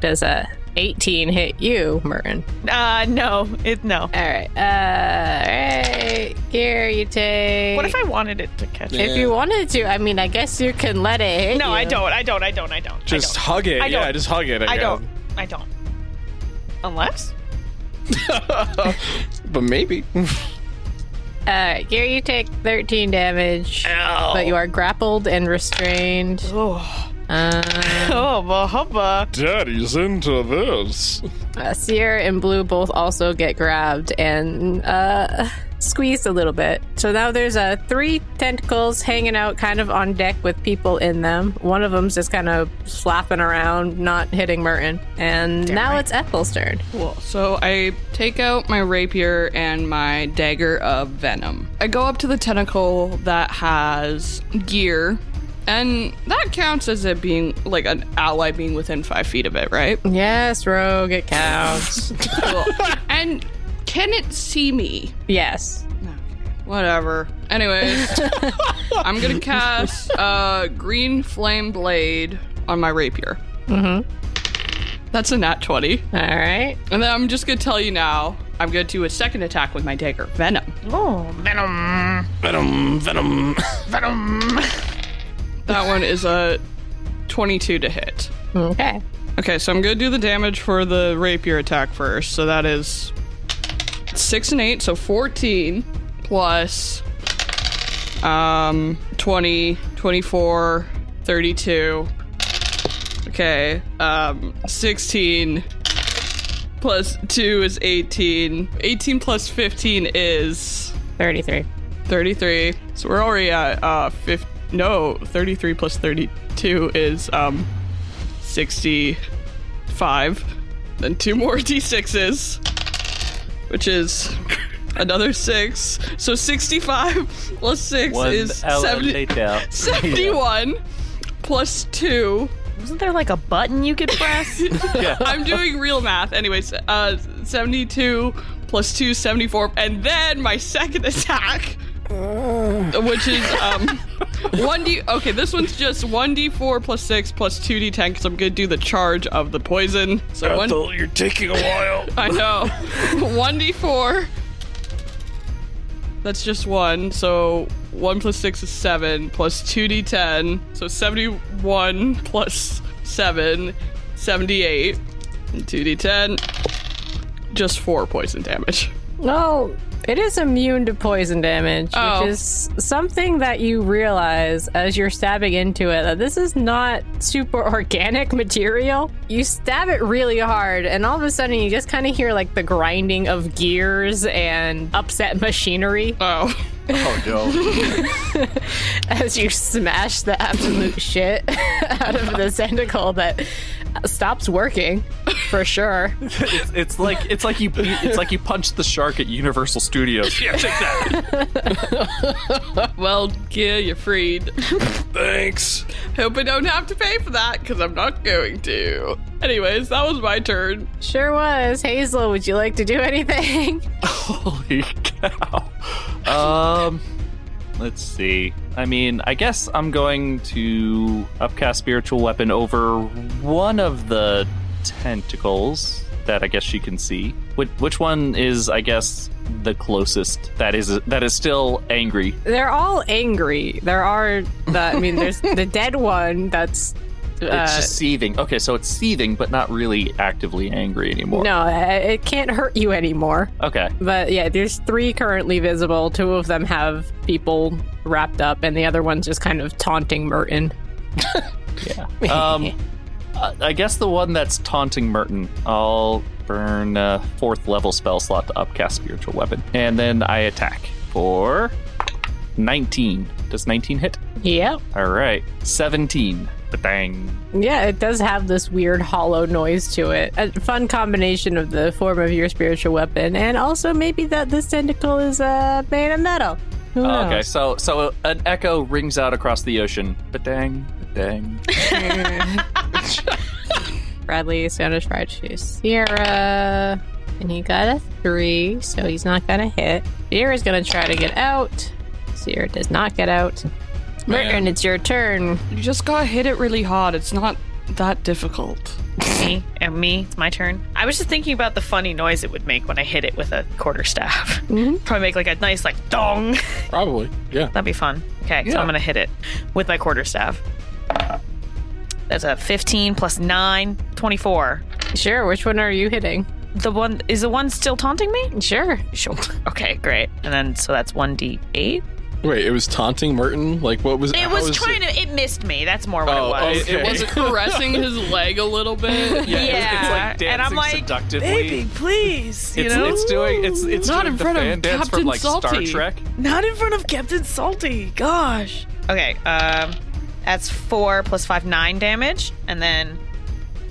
A: Does a 18 hit you, Merton?
C: Uh, no, it no.
A: All right. Uh, all right. Gear, you take.
C: What if I wanted it to catch?
A: If you wanted to, I mean, I guess you can let it hit
C: No,
A: you.
C: I don't. I don't. I don't. I don't.
B: Just hug it.
C: I
B: yeah,
C: don't.
B: just hug it. I,
C: I don't. I don't. I don't. Unless
B: don't. but maybe.
A: Uh, here you take 13 damage, but you are grappled and restrained. Uh,
C: oh, bah, hubba.
B: Daddy's into this.
A: uh, Sierra and Blue both also get grabbed and uh, squeezed a little bit. So now there's uh, three tentacles hanging out kind of on deck with people in them. One of them's just kind of slapping around, not hitting Merton. And now it's Ethel's turn.
D: Cool. So I take out my rapier and my dagger of venom. I go up to the tentacle that has gear, and that counts as it being like an ally being within five feet of it, right?
A: Yes, Rogue, it counts.
D: Cool. and can it see me?
A: yes.
D: Whatever. Anyways, I'm gonna cast uh, green flame blade on my rapier.
A: Mhm.
D: That's a nat twenty.
A: All right.
D: And then I'm just gonna tell you now, I'm gonna do a second attack with my dagger, Venom.
C: Oh, venom.
B: Venom, venom.
C: Venom.
D: That one is a 22 to hit.
A: Okay.
D: Okay, so I'm gonna do the damage for the rapier attack first. So that is 6 and 8, so 14 plus Um, 20, 24, 32. Okay. Um, 16 plus 2 is 18. 18 plus 15 is
A: 33.
D: 33. So we're already at uh 50, no, 33 plus 32 is um 65. Then two more d6s, which is another 6. So 65 plus 6
E: One
D: is
E: elevator.
D: 70, 71 plus 2
C: Wasn't there like a button you could press?
E: Yeah.
D: I'm doing real math. Anyways, uh, 72 plus 2, 74. And then my second attack, which is um, 1d. Okay, this one's just 1d4 plus 6 plus 2d10 because I'm going to do the charge of the poison. So one,
B: you're taking a while.
D: I know. 1d4. That's just one. So 1 plus 6 is 7, plus 2d10. So 71 plus 7, 78. And 2d10. Just 4 poison damage.
A: No, it is immune to poison damage,
D: Oh.
A: which is something that you realize as you're stabbing into it that this is not super organic material. You stab it really hard, and all of a sudden you just kind of hear like the grinding of gears and upset machinery
D: Oh.
B: Oh no.
A: as you smash the absolute shit out of the tentacle that stops working for sure.
E: It's, it's like it's like you beat, it's like you punched the shark at Universal Studios. Yeah, check that.
D: Well, Gear, you're freed.
B: Thanks.
D: Hope I don't have to pay for that, because I'm not going to. Anyways, that was my turn.
A: Sure was. Hazel, would you like to do anything?
E: Holy cow. Um, let's see. I mean, I guess I'm going to upcast spiritual weapon over one of the tentacles that I guess she can see. Which, which one is I guess the closest that is that is still angry.
A: They're all angry. There are, the, I mean, there's the dead one that's. Uh,
E: It's just seething. Okay, so it's seething, but not really actively angry anymore.
A: no, uh, it can't hurt you anymore.
E: Okay.
A: But yeah, there's three currently visible. Two of them have people wrapped up, and the other one's just kind of taunting Merton.
E: Um, I I guess the one that's taunting Merton, I'll burn a fourth level spell slot to upcast spiritual weapon, and then I attack for nineteen. Does nineteen hit?
A: Yep.
E: All right, seventeen. Bang.
A: Yeah, it does have this weird hollow noise to it. A fun combination of the form of your spiritual weapon, and also maybe that this tentacle is uh, made of metal. Who knows?
E: Oh, Okay, so so an echo rings out across the ocean. Ba-dang, ba-dang.
A: Bradley Spanish fried cheese. Sierra. And he got a three, so he's not gonna hit. Sierra's gonna try to get out. Sierra does not get out. Merton, it's your turn.
D: You just gotta hit it really hard. It's not that difficult.
C: me and me. It's my turn. I was just thinking about the funny noise it would make when I hit it with a quarter staff. Probably make like a nice like dong.
G: Probably. Yeah.
C: That'd be fun. Okay, so I'm gonna hit it with my quarter staff. That's a 15 plus 9, 24.
A: Sure, which one are you hitting?
C: The one is the one still taunting me?
A: Sure.
C: Sure. Okay, great. And then so that's 1d8.
B: Wait, it was taunting Merton? Like what was
C: It
B: how
C: was
B: is
C: trying to it missed me. That's more what
B: Oh,
C: it was.
B: okay.
D: It was caressing his leg a little bit.
E: Yeah, it's- it's, like dancing
C: Yeah, and I'm like,
E: seductively.
F: Baby, please.
E: it's, it's doing it's it's
D: Not
E: doing
D: in
E: the
D: front of
E: fan dance
D: Captain
E: from like
D: Salty.
E: Star Trek.
F: Not in front of Captain Salty. Gosh.
C: Okay, um, that's four plus five, nine damage. And then,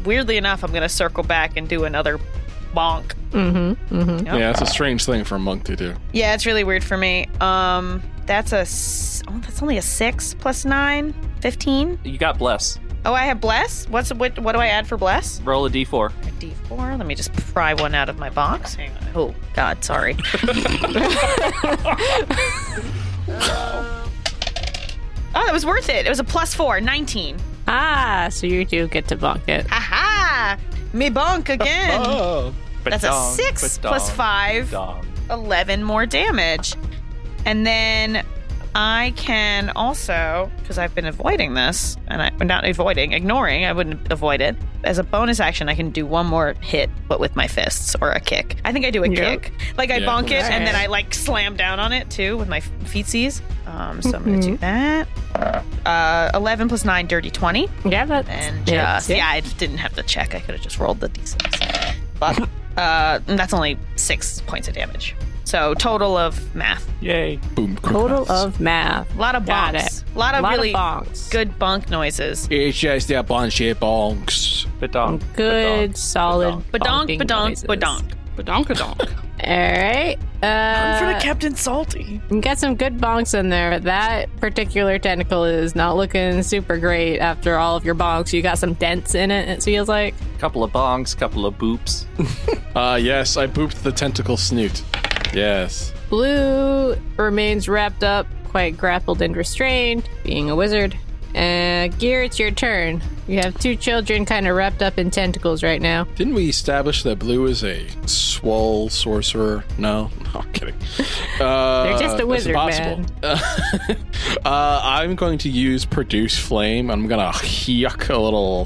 C: weirdly enough, I'm going to circle back and do another bonk.
B: Yeah, it's a strange thing for a monk to do.
C: Yeah, it's really weird for me. Um, that's a, s- oh, that's only a six plus nine, 15.
E: You got bless.
C: Oh, I have bless. What's, what, what do I add for bless?
E: Roll a d4.
C: A D4. Let me just pry one out of my box. Hang on. Oh, God, sorry. Oh, that was worth it. It was a plus four, 19.
A: Ah, so you do get to bonk it.
C: Aha! Me bonk again.
B: Oh.
C: That's a
E: Ba-dong,
C: six plus
E: ba-dong,
C: five,
E: ba-dong.
C: 11 more damage. And then I can also, because I've been avoiding this, and I'm not avoiding, ignoring, I wouldn't avoid it. As a bonus action, I can do one more hit, but with my fists or a kick. I think I do a kick. Like I
B: Yeah.
C: bonk it, and then
A: Alright.
C: I like slam down on it too with my f- feetsies. Um, so I'm going to do that. Uh, 11 plus 9, dirty 20.
A: Yeah, that's
C: And
A: Yeah.
C: just, yeah, I didn't have to check. I could have just rolled the d6. But uh, and that's only six points of damage. So total of math.
E: Yay.
G: Boom.
A: total of math.
C: A lot of
A: Got
C: bonks.
A: it.
C: A lot of
A: Lot
C: really
A: bonks.
C: good bonk noises.
G: It's just a bunch of bonks.
E: Badonk.
A: good,
E: badonk,
A: solid
C: Badonk,
A: bonking
C: badonk,
A: noises.
C: badonk.
D: Badonkadonk.
A: All right.
F: I'm for the
A: Uh,
F: Captain Salty.
A: you got some good bonks in there, but that particular tentacle is not looking super great after all of your bonks. You got some dents in it, it feels like.
E: Couple of bonks, couple of boops.
B: Ah, yes, I booped the tentacle snoot. Yes.
A: Blue remains wrapped up, quite grappled and restrained, being a wizard. Uh, Gear, it's your turn. You have two children kind of wrapped up in tentacles right now.
B: Didn't we establish that Blue is a swole sorcerer? No, no, I'm kidding. Uh,
A: They're just a
B: that's
A: wizard,
B: impossible.
A: man.
B: uh, I'm going to use produce flame. I'm gonna yuck a little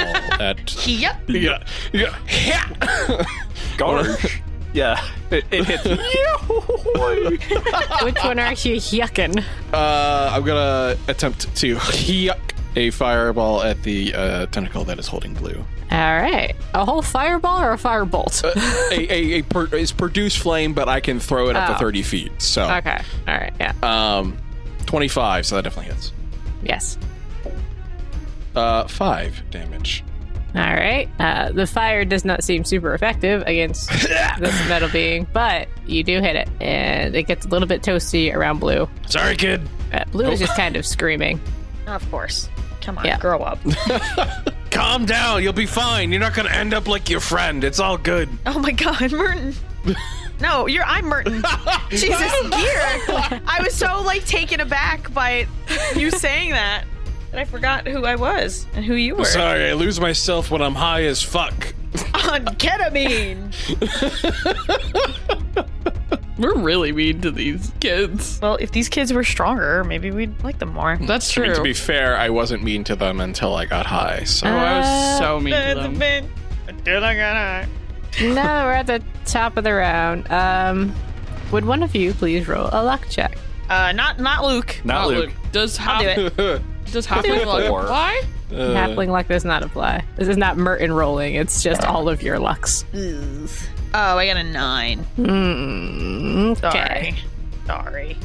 B: at.
C: Yep.
B: Yeah, yeah, yeah.
E: Gosh. yeah. It, it hits you.
A: Which one are you yucking?
B: Uh, I'm gonna attempt to yuck a fireball at the uh, tentacle that is holding Blue.
A: All right. A whole fireball or a firebolt?
B: Uh. a, a, a per, it's produce flame, but I can throw it up
A: Oh.
B: to 30 feet. So,
A: okay. All right. Yeah.
B: um, 25, so that definitely hits.
A: Yes.
B: Uh, five damage.
A: All right. Uh, the fire does not seem super effective against this metal being, but you do hit it, and it gets a little bit toasty around Blue.
B: Sorry, kid.
A: Uh, Blue is just kind of screaming.
C: Of course. Come on,
A: Yeah.
C: grow up.
B: Calm down. You'll be fine. You're not gonna end up like your friend. It's all good.
C: Oh my god, Merton. No, you're I'm Merton. Jesus, gear. I was so like taken aback by you saying that that I forgot who I was and who you were.
B: Sorry, I lose myself when I'm high as fuck.
C: On ketamine.
D: We're really mean to these kids.
C: Well, if these kids were stronger, maybe we'd like them more.
D: That's
B: I
D: true.
B: mean, to be fair, I wasn't mean to them until I got high. So,
D: oh, I was so mean to
C: That's a
D: them.
C: bit- Until I got high.
A: now we're at the top of the round. Um, would one of you please roll a luck check?
C: Uh, not not Luke.
E: Not Luke.
D: Does
C: I'll do
D: half
C: it.
D: does halfling luck
E: Four.
D: apply?
B: Uh,
A: Halfling luck does not apply. This is not Merton rolling. It's
B: Ah.
A: just all of your lucks.
C: Ugh. Oh, I got a nine.
A: Mm,
C: Hmm, Sorry.
A: okay.
C: Sorry.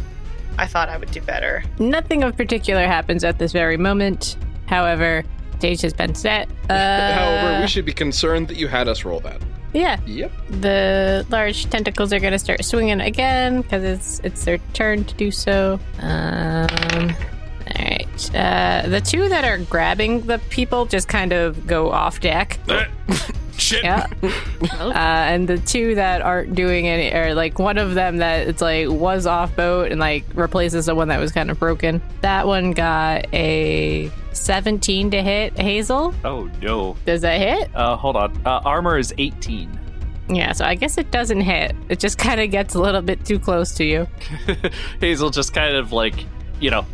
C: I thought I would do better.
A: Nothing of particular happens at this very moment. However, stage has been set. Uh,
B: however, we should be concerned that you had us roll that.
A: yeah,
B: Yep.
A: the large tentacles are going to start swinging again because it's it's their turn to do so. Um, all right, uh, the two that are grabbing the people just kind of go off deck.
B: Shit.
A: Yeah. uh, and the two that aren't doing any, or like one of them that it's like was off boat and like replaces the one that was kind of broken. That one got a 17 to hit. Hazel,
E: Oh, no.
A: does that hit?
E: Uh, hold on. Uh, armor is 18.
A: Yeah, so I guess it doesn't hit. It just kind of gets a little bit too close to you.
E: Hazel just kind of like, you know,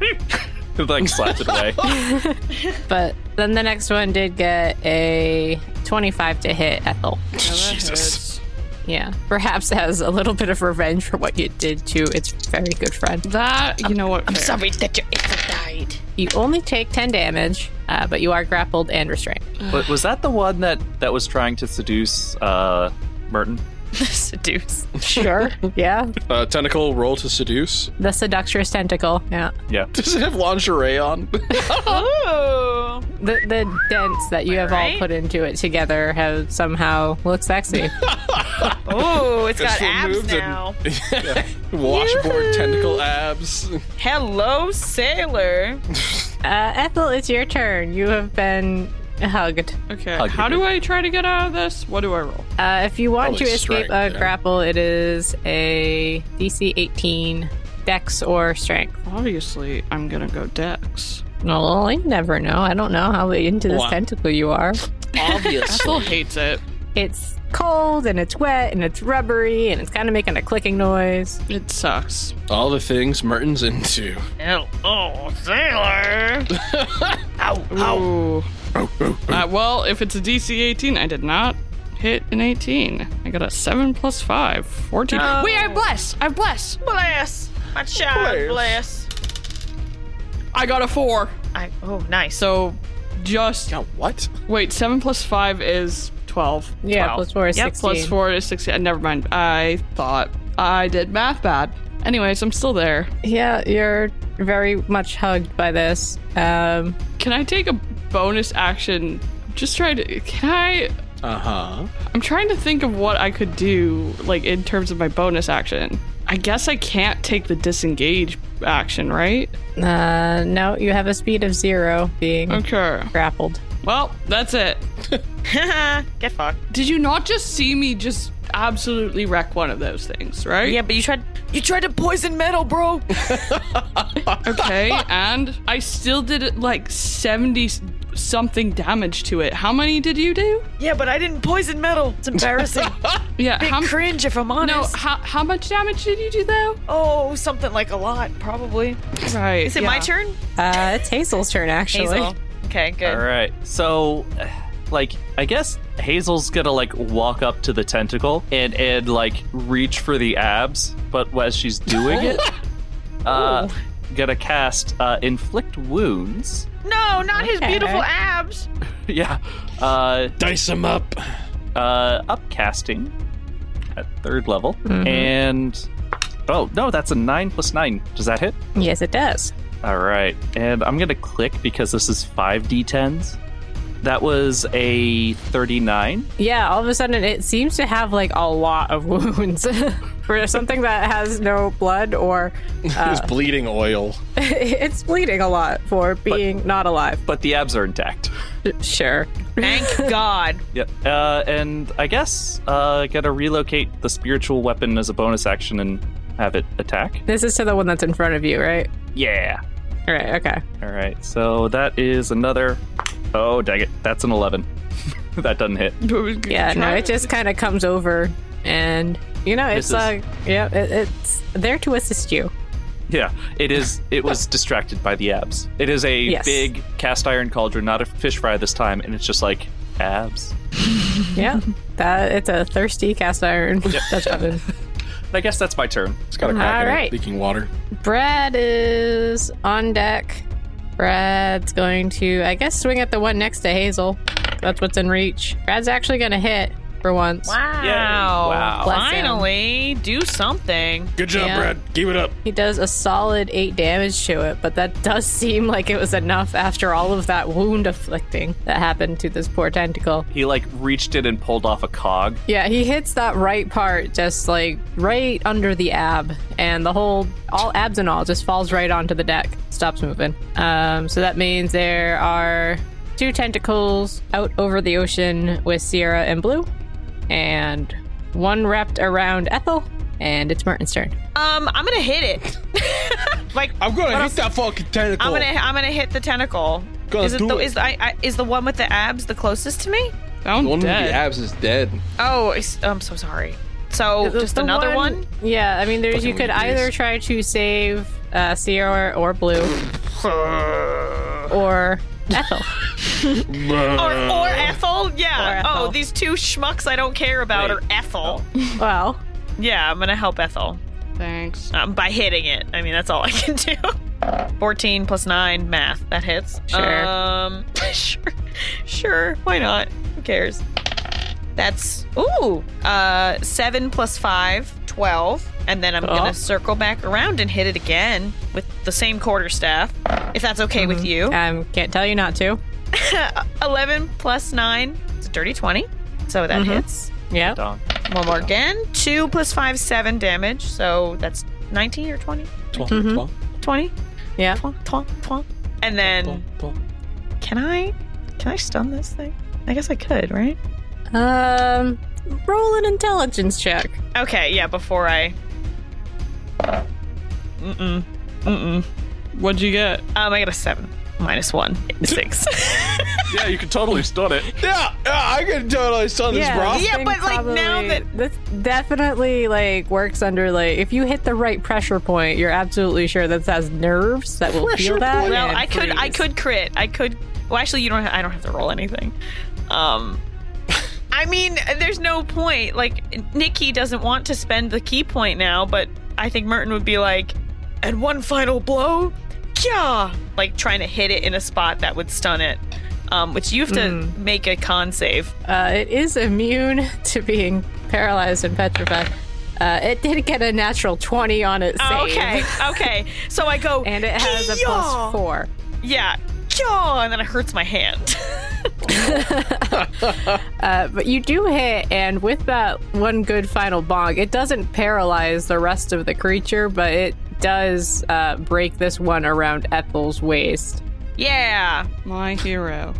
E: like slaps it away.
A: But then the next one did get a 25 to hit, Ethel.
D: Oh,
B: Jesus.
A: Yeah, perhaps as a little bit of revenge for what you did to its very good friend.
D: That you know what?
C: I'm
D: fair.
C: sorry that your Ethel died.
A: You only take 10 damage, uh, but you are grappled and restrained.
E: But was that the one that that was trying to seduce uh, Merton?
C: Seduce.
A: Sure. yeah.
B: Uh, tentacle roll to seduce.
A: The seductress tentacle. Yeah.
E: Yeah.
B: Does it have lingerie on?
C: Oh.
A: The the dents that you have all
C: Right?
A: put into it together have somehow look sexy.
C: Oh, it's
B: This
C: got
B: one
C: abs
B: moves and-
C: now.
B: Washboard tentacle abs.
C: Hello, sailor.
A: uh, Ethel, it's your turn. You have been hugged.
D: Okay.
E: I'll give
D: How do
E: you-
D: I try to get out of this? What do I roll?
A: Uh, if you want
B: Probably
A: to escape
B: strength,
A: a
B: yeah.
A: grapple, it is a DC 18 dex or strength.
D: Obviously, I'm gonna go Dex.
A: Well, I never know. I don't know how into this
B: Wha-
A: tentacle you are.
D: Ethel hates it.
A: It's cold and it's wet and it's rubbery and it's kind of making a clicking noise.
D: It sucks.
B: All the things Merton's into.
C: Oh, sailor.
D: Ooh. Uh, well, if it's a DC 18, I did not hit an 18. I got a 7 plus 5, 14. Wait, I have bless. I have bless.
C: Bless. My child, bless.
D: I got a 4.
C: I, oh, nice.
D: So just
B: Yeah, what?
D: wait, 7 plus 5 is 12.
A: Yeah,
D: 12.
A: plus four is
C: Yep,
A: 16.
D: Plus 4 is 16. Uh, Never mind. I thought I did math bad. Anyways, I'm still there.
A: Yeah, you're very much hugged by this. Um,
D: Can I take a bonus action? Just try to. Can I?
B: Uh huh.
D: I'm trying to think of what I could do, like in terms of my bonus action. I guess I can't take the disengage action, right?
A: uh, no, you have a speed of zero being
D: Okay.
A: grappled.
D: Well, that's it.
C: Get fucked.
D: Did you not just see me just absolutely wreck one of those things, right?
C: Yeah, but you tried.
F: You tried to poison metal, bro.
D: Okay, and I still did like 70 something damage to it. How many did you do?
F: yeah, but I didn't poison metal. It's embarrassing.
D: Yeah,
F: Big
D: how
F: cringe, if I'm
D: No,
F: honest.
D: how, how much damage did you do though?
F: oh, something like a lot, probably.
D: Right.
C: Is it my turn?
A: Uh, it's Hazel's turn, actually.
C: Hazel. Okay, good.
E: All right. So, like, I guess Hazel's gonna like walk up to the tentacle and and like reach for the abs, but as she's doing it, uh, gonna cast uh, inflict wounds.
C: No, not his
A: Okay.
C: beautiful abs.
E: yeah. Uh,
B: Dice him up.
E: uh, upcasting at third level, and oh no, that's a nine plus nine. Does that hit?
A: Yes, it does.
E: All right, and I'm gonna click because this is five d10s. That was a thirty-nine.
A: Yeah, all of a sudden it seems to have like a lot of wounds for something that has no blood or
B: it
C: Uh.
B: was bleeding oil.
A: it's bleeding a lot for being not alive.
E: but the abs are intact.
A: Sure.
C: Thank God.
E: Yep. Uh, and I guess uh, gotta relocate the spiritual weapon as a bonus action and have it attack.
A: This is to the one that's in front of you, right?
E: Yeah.
A: All right, okay.
E: All right. So that is another. Oh dang it! That's an eleven. that doesn't hit.
A: Yeah, no, it just kind of comes over and you know, it's
E: Misses.
A: like yeah, it, it's there to assist you.
E: Yeah. It is. It was distracted by the abs. It is a
A: Yes.
E: big cast iron cauldron, not a fish fry this time, and it's just like abs.
A: Yeah. that it's a thirsty cast iron That's weapon.
E: And I guess that's my turn.
B: It's got a crack in
A: Alright.
B: it, leaking water.
A: Brad is on deck. Brad's going to, I guess, swing at the one next to Hazel. That's what's in reach. Brad's actually going to hit for once.
C: Wow.
E: Yay. Wow.
A: Bless him.
C: Finally, do something.
B: Good job,
A: Yeah.
B: Brad. Give it up.
A: He does a solid eight damage to it, but that does seem like it was enough after all of that wound afflicting that happened to this poor tentacle.
E: He like reached in and pulled off a cog.
A: Yeah, he hits that right part just like right under the ab, and the whole, all abs and all, just falls right onto the deck, stops moving. Um, so that means there are two tentacles out over the ocean with Sierra and Blue, and one wrapped around Ethel, and it's Martin's turn.
C: Um, I'm gonna hit it. like
B: I'm gonna hit that fucking tentacle.
C: I'm gonna I'm gonna hit the tentacle.
B: Gonna
C: is it
B: do
C: the
B: it.
C: is I, I is the one with the abs the closest to me?
D: I'm
B: One of the
D: dead.
B: abs is dead.
C: Oh, it's- I'm so sorry. So
A: The-
C: just
A: the
C: another one.
A: Yeah, I mean, there's you
B: Fucking
A: could
B: weirdos.
A: either try to save uh, Sierra or Blue, or Ethel.
C: Or, or
B: Uh.
C: Ethel,
A: Or
C: yeah.
A: Ethel.
C: Oh, these two schmucks I don't care about
E: Wait.
C: are
B: Oh.
C: Ethel.
A: well,
C: Yeah, I'm gonna help Ethel
D: Thanks.
C: um, by hitting it. I mean, that's all I can do. 14 plus 9, math. That hits.
A: Sure.
C: Um, sure. Sure. Why not? Who cares? That's, ooh, uh, 7 plus 5, 12. And then I'm
A: Oh.
C: gonna circle back around and hit it again with the same quarter staff, if that's okay with you.
A: um, can't tell you not to.
C: 11 plus 9, it's a dirty 20. So that
A: Mm-hmm.
C: hits.
A: Yeah.
E: Dong.
C: One more again. Two plus five, seven damage. So that's 19 or 20?
B: 12,
C: Mm-hmm.
B: 12,
C: 20?
A: Yeah.
C: Twonk, twonk, twonk. And then,
B: 12.
C: can I, can I stun this thing? I guess I could, right?
A: Um, roll an intelligence check.
C: Okay, yeah. Before I,
D: What'd you get?
C: um, I got a seven. minus one, six.
E: yeah, you could totally stun it.
B: Yeah, yeah, I could totally stun this, bro.
A: this
C: Yeah,
A: thing
C: but, like, now
A: probably-
C: that-
A: this definitely like works under like if you hit the right pressure point, you're absolutely sure that that's nerves that will feel that.
C: well,
A: and
C: I could, I
A: freeze.
C: could crit. I could. Well, actually, you don't. I don't have to roll anything. Um, I mean, there's no point. Like Nikki doesn't want to spend the key point now, but I think Merton would be like, and one final blow, yeah, like trying to hit it in a spot that would stun it. Um, which you have to
A: Mm.
C: make a con save.
A: Uh, it is immune to being paralyzed and petrified. Uh, it did get a natural twenty on its save,
C: Oh, Okay, okay. So I go,
A: and it has a plus
F: Kee-yaw!
A: four.
C: yeah, yeah, and then it hurts my hand.
A: Uh, but you do hit, and with that one good final bonk, it doesn't paralyze the rest of the creature, but it does uh, break this one around Ethel's waist.
C: yeah.
D: My hero.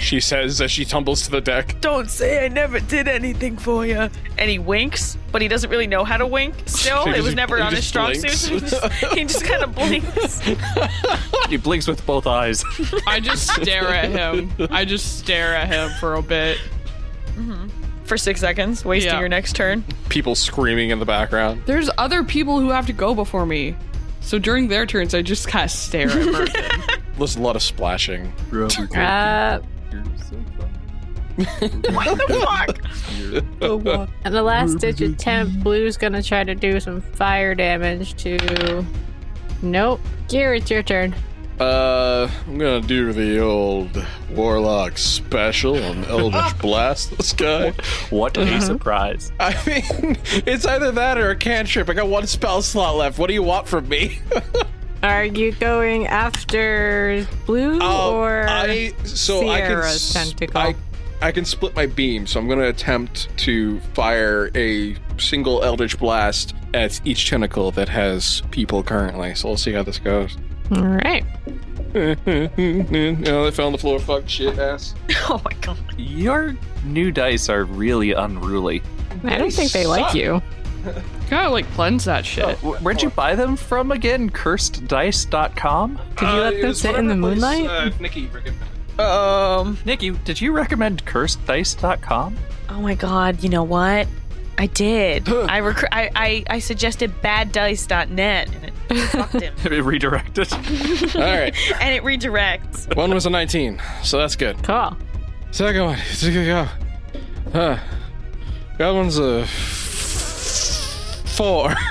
B: She says as she tumbles to the deck.
F: Don't say I never did anything for you.
C: and he winks, but he doesn't really know how to wink. Still,
B: He
C: it
B: just-
C: was never
B: he
C: on his
B: just
C: strong
B: blinks.
C: suit. so he just- he just kind of blinks.
E: He blinks with both eyes.
D: I just stare at him. I just stare at him for a bit.
C: For six seconds, wasting
D: Yeah.
C: your next turn.
B: People screaming in the background.
D: There's other people who have to go before me. So during their turns, I just kind of stare at Merton.
B: There's a lot of splashing.
A: Uh, and the
B: Mm-hmm.
A: last ditch attempt, Blue's gonna try to do some fire damage to. Nope. Gear, it's your turn.
B: Uh, I'm gonna do the old warlock special on Eldritch Blast. This guy.
E: What
B: Mm-hmm.
E: a surprise.
B: I mean, it's either that or a cantrip. I got one spell slot left. What do you want from me?
A: Are you going after Blue
B: Oh,
A: or.
B: I so I can
A: Sierra's
B: s-
A: tentacle.
B: I, I can split my beam, so I'm going to attempt to fire a single eldritch blast at each tentacle that has people currently. So we'll see how this goes.
A: Alright.
B: oh, they fell on the floor. Fuck shit ass.
C: Oh my god.
E: Your new dice are really unruly.
A: I don't think they like you.
D: Gotta like cleanse that shit.
E: Wh- Where'd you buy them from again? CursedDice.com?
A: Did you
B: Uh,
A: let
B: it
A: them
B: was
A: sit in the
B: whatever place,
A: moonlight?
B: Uh, Nikki, recommended.
C: Um.
E: Nick, you, did you recommend CursedDice.com?
C: Oh my god. You know what? I did. I, rec- I I I suggested baddice.net and it fucked him.
E: Redirected.
B: All right,
C: and it redirects.
B: one was a 19, so that's good.
A: Cool.
B: Second one, it's a good go. Huh. That one's a f- four.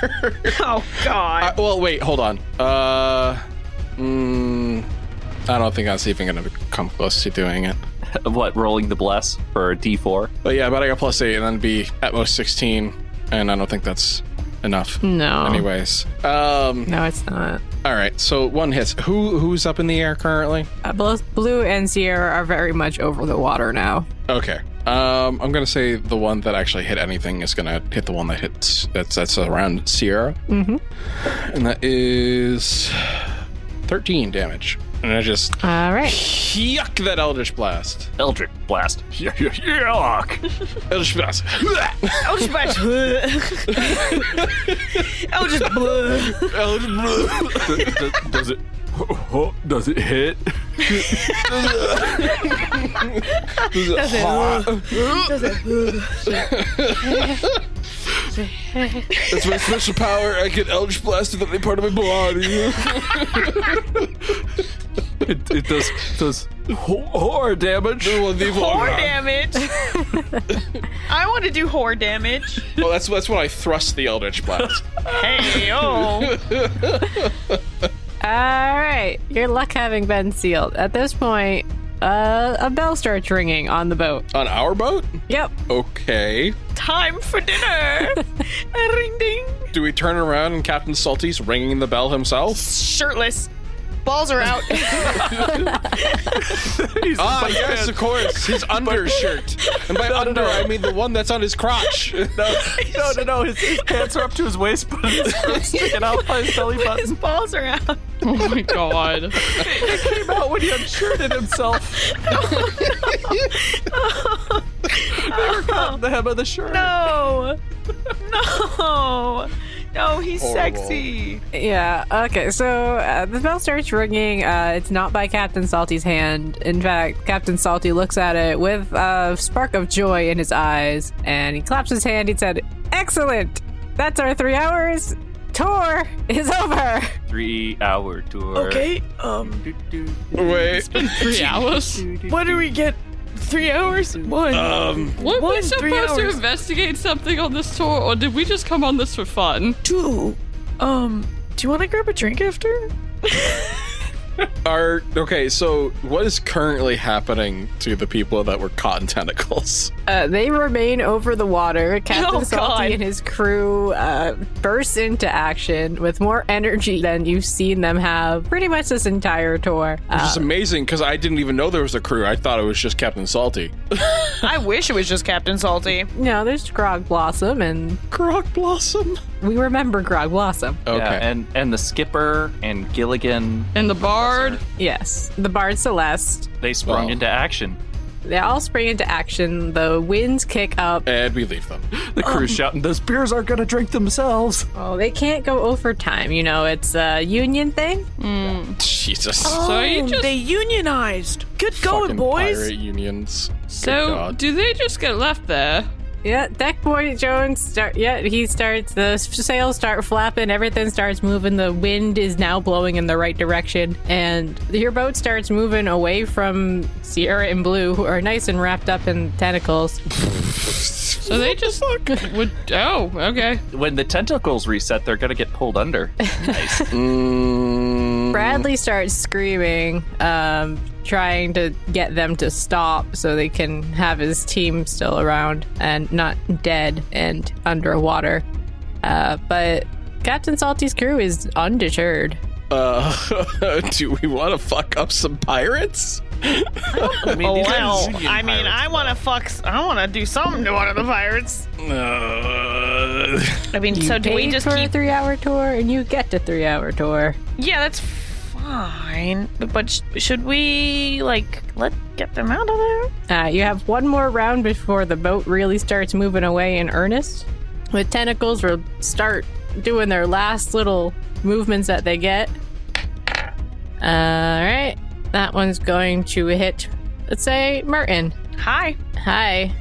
C: Oh god.
B: Uh, well, wait, hold on. Uh, mm, I don't think that's even going to come close to doing it.
E: what, rolling the bless for a D4?
B: But yeah, but I got plus eight, and then it'd be at most sixteen, and I don't think that's enough.
A: No.
B: Anyways, um,
A: No, it's not.
B: all right. So one hits. Who who's up in the air currently?
A: Uh, both Blue and Sierra are very much over the water now.
B: Okay. Um, I'm gonna say the one that actually hit anything is gonna hit the one that hits. That's that's around Sierra. Mm-hmm. And that is thirteen damage. And I just
A: All right.
B: yuck that Eldritch Blast.
E: Eldritch Blast. Yuck.
B: Eldritch Blast.
C: I'll just I'll just
E: does, does it does it hit?
B: That's my special power. I get Eldritch Blast without any part of my body.
E: It, it does does horror damage.
C: whore damage. I want to do whore damage.
B: Well, that's that's when I thrust the Eldritch Blast.
C: Hey oh, yo.
A: All right. Your luck having been sealed. At this point, uh, a bell starts ringing on the boat.
B: On our boat?
A: Yep.
B: Okay.
C: Time for dinner. Ring ding.
B: Do we turn around and Captain Salty's ringing the bell himself?
C: Shirtless. Balls are out.
B: Ah, yes, of course. His undershirt. And by under, I mean the one that's on his crotch.
E: No, no, no. His, his pants are up to his waist, but his throat's sticking out by his belly
C: His
E: button.
C: balls are out.
D: Oh my god.
E: Came out when he unshirted himself. they were caught in the hem of the shirt.
C: No. No. No, he's
B: Horrible.
C: sexy.
A: Yeah. Okay. So uh, the bell starts ringing. Uh, it's not by Captain Salty's hand. In fact, Captain Salty looks at it with a spark of joy in his eyes, and he claps his hand. He said, "Excellent! That's our three hours tour is over."
E: Three hour tour.
F: Okay. Um,
B: Wait.
D: Three hours?
F: what do we get? Three hours? One.
B: Um.
D: Weren't we
F: One, three
D: supposed to
F: hours.
D: investigate something on this tour, or did we just come on this for fun?
F: two. Um, do you want to grab a drink after?
B: Are okay. So, what is currently happening to the people that were caught in tentacles?
A: Uh, they remain over the water. Captain
C: Oh,
A: Salty
C: God.
A: and his crew uh, burst into action with more energy than you've seen them have pretty much this entire tour.
B: Which
A: Uh,
B: is amazing because I didn't even know there was a crew. I thought it was just Captain Salty.
C: I wish it was just Captain Salty.
A: no, there's Grog Blossom, and
B: Grog Blossom.
A: we remember Grog Blossom.
B: Okay.
E: Yeah, and and the skipper and Gilligan
D: And the bard?
A: Yes, the Bard Celeste.
E: they sprung
B: Well.
E: into action.
A: They all spring into action. The winds kick up.
B: and we leave them.
E: The
C: Um,
E: crew's shouting, "Those beers aren't gonna drink themselves."
A: Oh, they can't go overtime. You know, it's a union thing.
B: Jesus.
D: So you just-
F: they unionized. Good
B: Fucking
F: going, Oh, boys.
B: Pirate unions.
D: So,
B: God.
D: do they just get left there?
A: Yeah, Deck Boy Jones start. Yeah, he starts. The s- sails start flapping. Everything starts moving. The wind is now blowing in the right direction, and your boat starts moving away from Sierra and Blue, who are nice and wrapped up in tentacles.
D: So they just would. Oh, okay.
E: When the tentacles reset, they're gonna get pulled under.
B: Mm,
A: Bradley starts screaming, um, trying to get them to stop so they can have his team still around and not dead and underwater. Uh, but Captain Salty's crew is undeterred.
B: uh, do we want to fuck up some pirates?
E: I mean, these are
C: Oh, Well,
E: union
C: I mean,
E: pirates.
C: I want to fuck. s- I want to do something to one of the pirates.
B: Uh,
C: I mean, so do we
A: Paid
C: just
A: for
C: keep?
A: a three-hour tour, and you get the three-hour tour.
C: yeah, that's fine. But, but sh- should we like let get them out of there?
A: Uh, you have one more round before the boat really starts moving away in earnest. The tentacles will start doing their last little movements that they get. Uh, All right, that one's going to hit. Let's say Merton.
C: Hi.
A: Hi.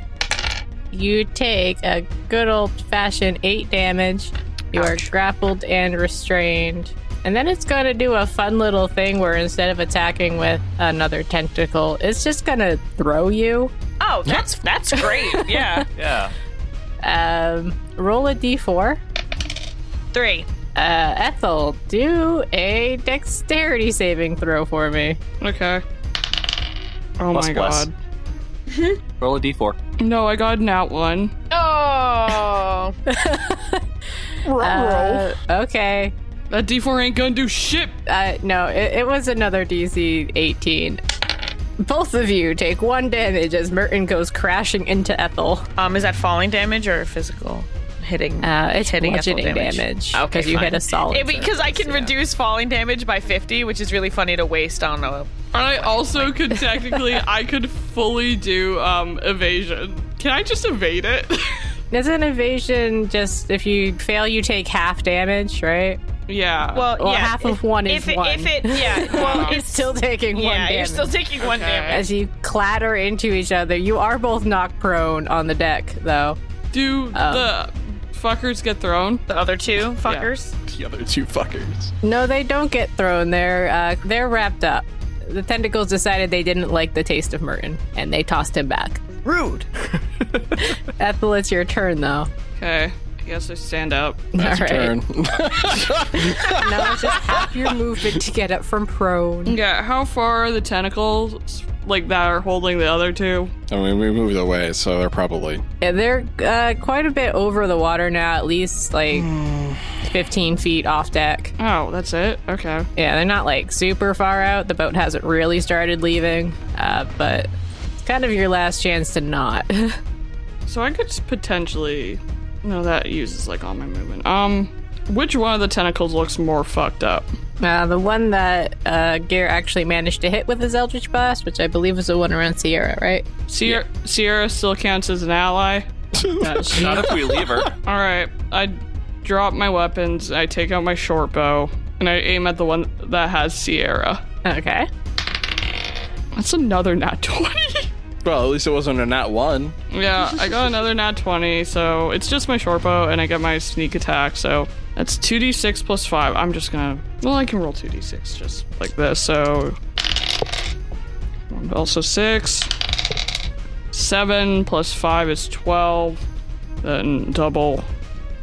A: You take a good old-fashioned eight damage. You are grappled and restrained. And then it's going to do a fun little thing where instead of attacking with another tentacle, it's just going to throw you.
C: Oh, that's that's great. Yeah.
E: yeah.
A: Um, roll a d4.
C: Three.
A: Uh, Ethel, do a dexterity saving throw for me.
D: Okay. Oh
E: Plus,
D: my
E: plus.
D: god.
E: Roll a d4.
D: No, I got an out one.
C: Oh.
A: Uh, okay.
D: That D4 ain't gonna do shit.
A: Uh, no, it, it was another DC 18. Both of you take one damage as Merton goes crashing into Ethel.
C: Um, is that falling damage or physical hitting?
A: Uh, it's
C: hitting Ethel
A: bludgeoning
C: damage.
A: damage.
C: Okay,
A: you hit
C: fine.
A: a solid.
C: It- because I can reduce falling damage by fifty, which is really funny to waste on a.
D: I also could technically, I could fully do um evasion. Can I just evade it?
A: Is an evasion just if you fail, you take half damage, right?
D: yeah.
C: Well,
A: Well,
C: yeah,
A: half
C: if-
A: of one is
C: if it,
A: one.
C: If it, yeah, well,
A: you're
C: it's
A: still taking one
C: yeah,
A: damage.
C: you're still taking one damage.
A: As you clatter into each other, you are both knocked prone on the deck, though.
E: um,
D: do the fuckers get thrown?
C: The other two fuckers.
B: the other two fuckers.
A: No, they don't get thrown. They're uh, they're wrapped up. The tentacles decided they didn't like the taste of Merton, and they tossed him back.
F: Rude.
A: Ethel, it's your turn, though.
D: Okay. I guess I stand up.
A: All right.
B: Turn.
A: Now it's just half your movement to get up from prone.
D: Yeah. How far are the tentacles like that are holding the other two?
B: I mean, we moved away, so they're probably.
A: And they're uh, quite a bit over the water now, at least like 15 feet off deck.
D: Oh, that's it. Okay.
A: Yeah, they're not like super far out. The boat hasn't really started leaving, uh, but it's kind of your last chance to not.
D: So I could s- potentially. No, that uses like all my movement. Um, which one of the tentacles looks more fucked up?
A: Uh, the one that uh, Gear actually managed to hit with his Eldritch Blast, which I believe was the one around Sierra, right?
D: Sierra, Sierra still counts as an ally.
E: Not if we leave her.
D: All right, I drop my weapons, I take out my short bow, and I aim at the one that has Sierra.
A: Okay.
D: That's another nat 20.
B: Well, at least it wasn't a nat one.
D: yeah, I got another nat 20, so it's just my short bow, and I get my sneak attack, so that's 2d6 plus 5. I'm just gonna. Well, I can roll 2d6 just like this, so. Also 6. 7 plus 5 is 12. Then double.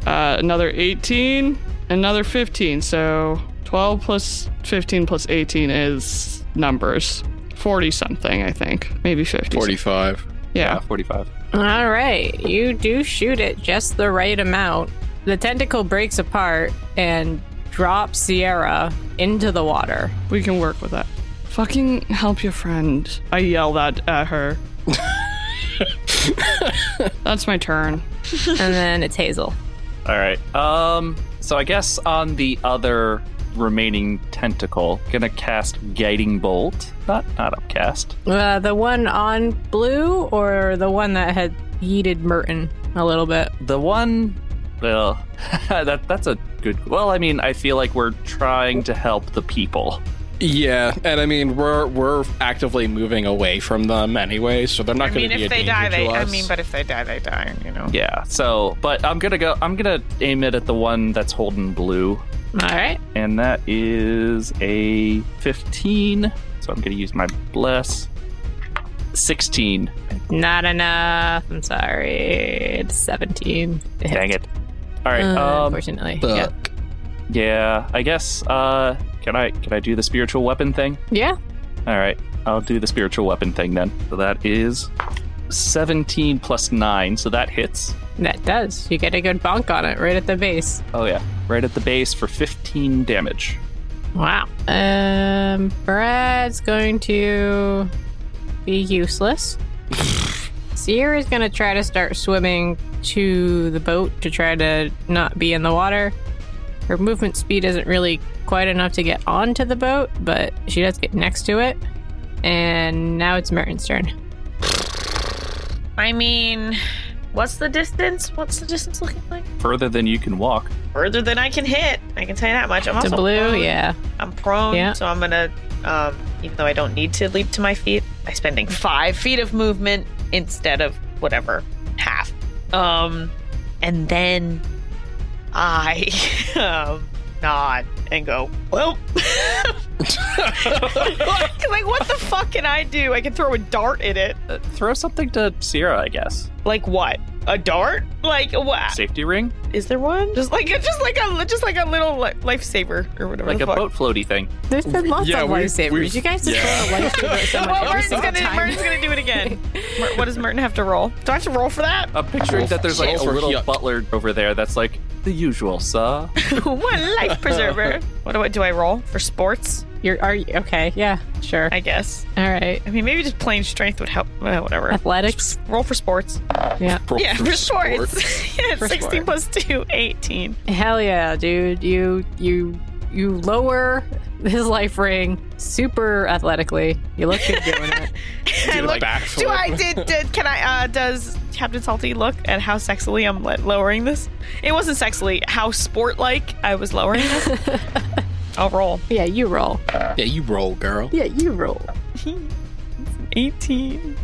D: Uh, another 18. Another 15, so 12 plus 15 plus 18 is numbers. 40 something, I think. Maybe 50.
B: 45.
D: Yeah.
E: 45.
A: All right. You do shoot it just the right amount. The tentacle breaks apart and drops Sierra into the water.
D: We can work with that. Fucking help your friend. I yell that at her. That's my turn.
A: and then it's Hazel.
E: All right. Um. So I guess on the other remaining tentacle, gonna cast guiding bolt. Not not upcast.
A: Uh, the one on blue or the one that had yeeted Merton a little bit?
E: The one. Well, that that's a good. Well, I mean, I feel like we're trying to help the people.
B: Yeah, and I mean we're we're actively moving away from them anyway, so they're not
C: I
B: going
C: mean,
B: to be
C: if
B: a
C: they
B: danger
C: die,
B: to
C: they. I
B: us.
C: mean, but if they die, they die. You know.
E: Yeah. So, but I'm gonna go. I'm gonna aim it at the one that's holding blue.
A: All right.
E: and that is a 15. So I'm going to use my bless. 16.
A: Not enough. I'm sorry. It's 17. to hit.
E: Dang it. All right.
A: Uh,
E: um,
A: unfortunately. Yeah.
B: Fuck.
E: yeah, I guess uh can I can I do the spiritual weapon thing?
A: yeah.
E: All right. I'll do the spiritual weapon thing then. So that is 17 plus 9, so that hits.
A: That does. You get a good bonk on it right at the base.
E: Oh yeah, right at the base for 15 damage.
A: Wow. Um, Brad's going to be useless. Sierra's going to try to start swimming to the boat to try to not be in the water. Her movement speed isn't really quite enough to get onto the boat, but she does get next to it. And now it's Merton's turn.
C: I mean, what's the distance? What's the distance looking like?
E: Further than you can walk.
C: Further than I can hit. I can tell you that much. I'm
A: To
C: also
A: blue,
C: prone.
A: yeah.
C: I'm prone,
A: Yeah.
C: so I'm gonna. Um, even though I don't need to leap to my feet, by spending five feet of movement instead of whatever half. Um, and then I um, nod and go, "Well." like what the fuck can I do? I can throw a dart at it.
E: Uh, throw something to Sierra, I guess.
C: Like what? A dart? Like what?
E: Safety ring?
C: Is there one? Just like just like a just like a little li- lifesaver or whatever.
E: Like
C: the
E: a
C: fuck.
E: boat floaty thing.
A: There's been lots
B: Yeah,
A: of
B: we-
A: lifesavers.
B: we've-
A: You guys just
B: yeah.
A: throw a lifesaver at someone
C: Well,
A: every
C: Merton's
A: single
C: gonna,
A: time.
C: Merton's gonna do it again. Mer- what does Merton have to roll? Do I have to roll for that?
E: I'm picturing that there's like a
B: Sulfur
E: little
B: yuck.
E: butler over there that's like the usual, sir.
C: what a life preserver. What do I do? I roll for sports,
A: You're, are you, okay, yeah, sure.
C: I guess.
A: All right.
C: I mean, maybe just plain strength would help. Well, whatever.
A: Athletics.
C: Roll for sports. yeah, for, sports. yeah, it's
A: For
C: 16 plus 2, 18.
A: Hell yeah, dude. You you you lower his life ring super athletically. You look good doing it.
C: I
B: Dude,
C: look-
B: backflip.
C: do I did, did can I uh does Captain Salty look at how sexily I'm le- lowering this? It wasn't sexily, how sport like I was lowering this. I'll roll.
A: Yeah, you roll.
B: Yeah, you roll, girl.
A: Yeah, you roll.
C: 18.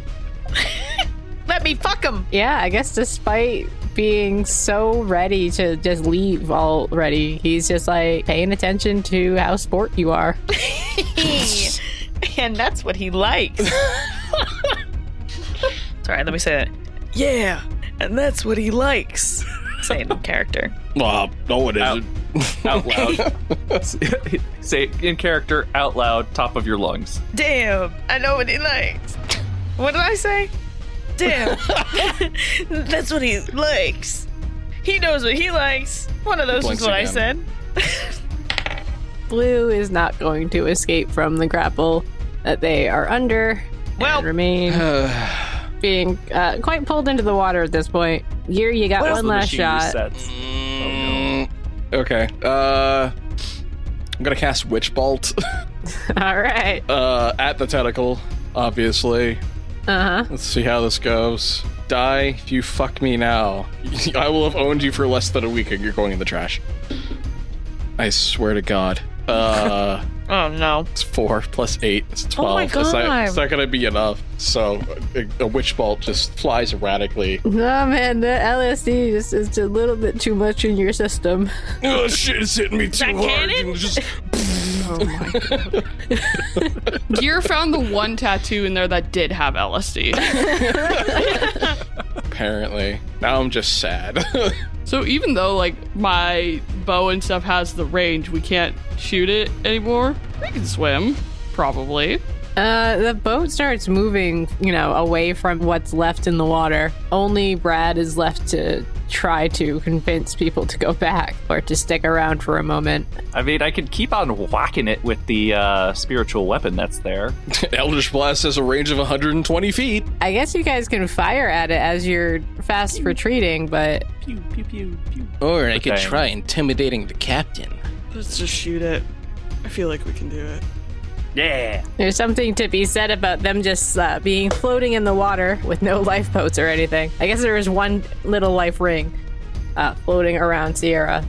C: Let me fuck him.
A: Yeah, I guess despite being so ready to just leave already, he's just like paying attention to how sport you are.
C: and that's what he likes. Sorry, let me say that.
F: Yeah, and that's what he likes.
C: Say it in character.
B: Well, no, it
E: Ow.
B: isn't.
E: out loud. Say it in character, out loud, top of your lungs.
C: Damn, I know what he likes. What did I say? Damn, that's what he likes. He knows what he likes. One of those is
B: Blinks
C: what I
B: again.
C: said.
A: Blue is not going to escape from the grapple that they are under.
C: Well,
A: and remain being uh, quite pulled into the water at this point. Gear, you got
E: As
A: one
E: the
A: last
E: machine
A: shot.
E: resets.
B: Mm, okay. Uh, I'm gonna cast Witch Bolt
A: All right.
B: uh, at the tentacle, obviously.
A: Uh huh.
B: Let's see how this goes. Die if you fuck me now. I will have owned you for less than a week and you're going in the trash. I swear to God. Uh,
C: Oh no.
B: it's four plus eight. It's
C: Oh
B: twelve.
C: my
B: It's not,
C: God.
B: it's not gonna be enough. So a, a witch bolt just flies erratically.
A: Oh man, the LSD just is a little bit too much in your system.
B: oh shit! It's hitting me too
C: that
B: hard.
C: canon?
B: and just-
D: Gear found the one tattoo in there that did have LSD.
B: apparently, now I'm just sad.
D: So even though like my bow and stuff has the range, we can't shoot it anymore. We can swim, probably.
A: Uh, the boat starts moving, you know, away from what's left in the water. Only Brad is left to try to convince people to go back or to stick around for a moment.
E: I mean, I could keep on whacking it with the uh, spiritual weapon that's there.
B: Eldritch Blast has a range of 120 feet.
A: I guess you guys can fire at it as you're fast retreating, but
E: Pew, pew, pew, pew.
G: Or I could
E: Okay.
G: try intimidating the captain.
F: Let's just shoot it. I feel like we can do it.
E: Yeah.
A: there's something to be said about them just uh, being floating in the water with no lifeboats or anything. I guess there is one little life ring uh, floating around Sierra.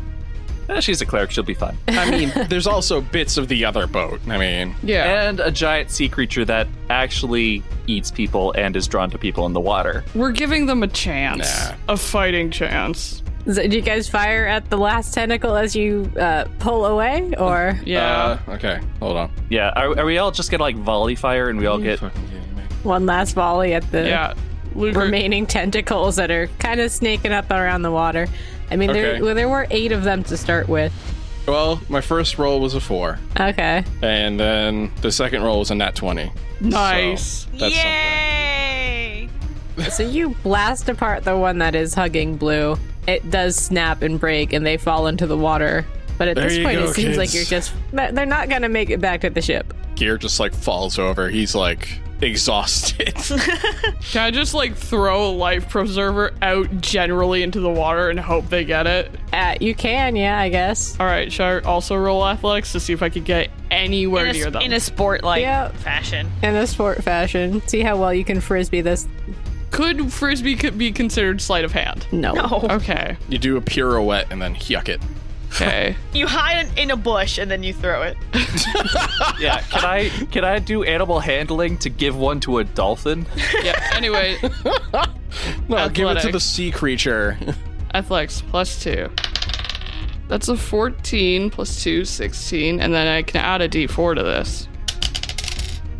E: Eh, she's a cleric. She'll be fine.
B: I mean, there's also bits of the other boat. I mean,
D: Yeah.
E: And a giant sea creature that actually eats people and is drawn to people in the water.
D: We're giving them a chance.
B: Nah.
D: A fighting chance.
A: So, do you guys fire at the last tentacle as you uh, pull away, or?
D: Yeah.
B: Uh, okay, hold on.
E: Yeah. Are, are we all just gonna like volley fire and we all get?
A: one last volley at the
D: yeah. Luger
A: remaining tentacles that are kind of snaking up around the water. I mean,
B: Okay.
A: there well, there were eight of them to start with.
B: Well, my first roll was a four,
A: Okay,
B: and then the second roll was a nat 20.
D: nice.
B: So that's
C: Yay!
A: so you blast apart the one that is hugging Blue. It does snap and break, and they fall into the water. But at
B: There
A: this
B: you
A: point,
B: go,
A: it seems like
B: kids.
A: you're just they're they're not gonna make it back to the ship.
B: something. Gear just like falls over. He's like exhausted.
D: Can I just like throw a life preserver out generally into the water and hope they get it?
A: Uh, you can, yeah, I guess.
D: All right, should I also roll athletics to see if I could get anywhere
C: In a,
D: near them?
C: in a sport like
A: Yep.
C: fashion.
A: In a sport fashion, see how well you can frisbee this.
D: could frisbee could be considered sleight of hand?
A: No,
D: Okay.
B: you do a pirouette and then yuck it.
D: Okay.
C: You hide in- in a bush and then you throw it.
E: Yeah. Can I can I do animal handling to give one to a dolphin?
D: yeah. Anyway,
B: No, give it to the
D: Athletics.
B: sea creature.
D: athletics plus two. That's a 14 plus two, 16. And then I can add a d4 to this.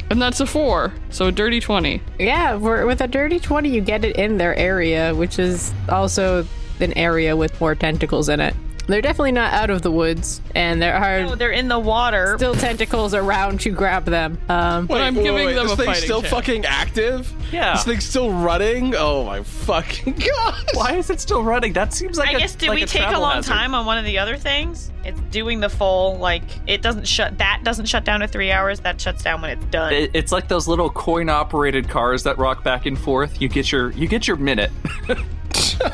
D: And that's a four. So a dirty 20.
A: Yeah, for, with a dirty 20, you get it in their area, which is also an area with more tentacles in it. They're definitely not out of the woods, and there are
C: Oh, they're in the water.
A: still tentacles around to grab them. Um,
D: But I'm giving them
B: this
D: a
B: thing's
D: fighting
B: still
D: chance.
B: fucking active.
E: Yeah.
B: This thing's still running. Oh my fucking god.
E: Why is it still running? That seems like
C: I
E: a-
C: guess did
E: like
C: we take a
E: travel
C: long
E: hazard.
C: time on one of the other things? It's doing the full like it doesn't shut that doesn't shut down to three hours. That shuts down when it's done.
E: It- It's like those little coin-operated cars that rock back and forth. You get your you get your minute.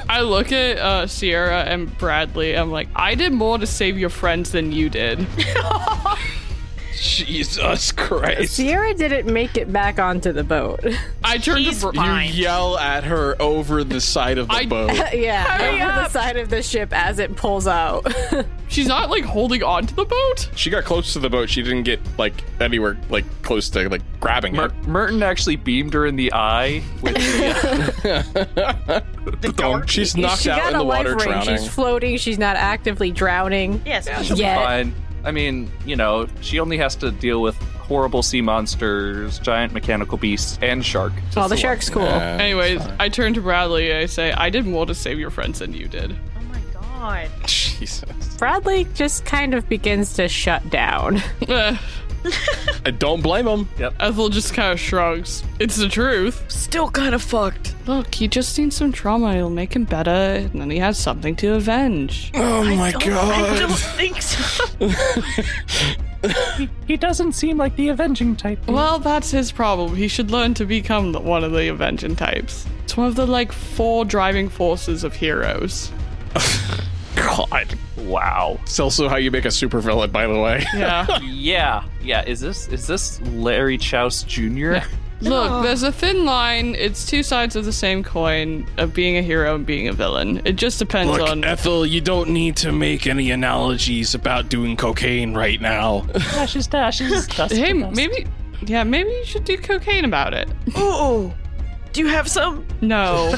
D: I look at uh, Sierra and Bradley. I'm like, I did more to save your friends than you did.
B: Jesus Christ.
A: Sierra didn't make it back onto the boat.
D: I turned
C: She's
D: to Br-
B: You
C: fine.
B: yell at her over the side of the
D: I-
B: boat.
A: yeah,
D: Hurry
A: over the
D: up!
A: side of the ship as it pulls out.
D: She's not like holding on to the boat.
B: She got close to the boat. She didn't get like anywhere like close to like grabbing
E: Mer-
B: it.
E: Merton actually beamed her in the eye with the,
C: the dark-
B: She's knocked
A: she
B: out
A: got
B: in
A: a
B: the
A: life
B: water
A: ring.
B: drowning.
A: She's floating. She's not actively drowning.
C: Yes.
E: she'll be
A: Yeah.
E: fine. I mean, you know, she only has to deal with horrible sea monsters, giant mechanical beasts, and shark. Just
A: Oh, the
E: one.
A: shark's cool.
B: Yeah.
D: Anyways, I turn to Bradley and I say, I did more to save your friends than you did.
C: Oh my god.
B: Jesus.
A: Bradley just kind of begins to shut down.
D: Eh,
B: I don't blame him.
D: Ethel just kind of shrugs. It's the truth.
F: Still kind of fucked.
D: Look, he just needs some trauma. It'll make him better, and then he has something to avenge.
B: Oh my
C: I don't think so.
E: He doesn't seem like the avenging type.
D: Well, that's his problem. He should learn to become the- one of the avenging types. It's one of the like four driving forces of heroes.
B: God.
E: Wow.
B: It's also how you make a supervillain, by the way.
D: Yeah.
E: Yeah, yeah. Is this is this Larry Chouse Jr.?
D: Look, there's a thin line. It's two sides of the same coin of being a hero and being a villain. It just depends
G: Look,
D: on.
G: Ethel, you don't need to make any analogies about doing cocaine right now.
E: Dashes, dashes.
D: hey, maybe. Yeah, maybe you should do cocaine about it.
F: Ooh, do you have some?
D: No.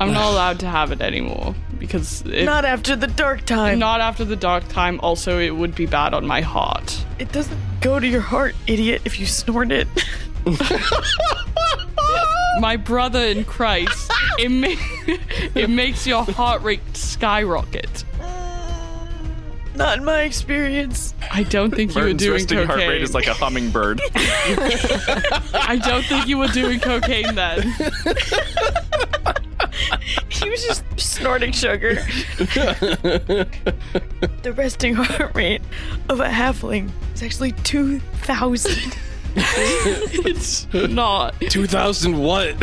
D: I'm not allowed to have it anymore because if not,
F: Not after the dark time.
D: after the dark time, also, it would be bad on my heart.
F: It doesn't go to your heart, idiot, if you snort it.
D: My brother in Christ, it, ma- it makes your heart rate skyrocket.
F: Not in my experience.
D: I don't think you were
E: Merton's
D: doing
E: resting
D: cocaine.
E: heart rate is like a hummingbird.
D: I don't think you were doing cocaine then.
F: He was just snorting sugar. the resting heart rate of a halfling is actually 2,000.
D: It's not.
G: 2000 what?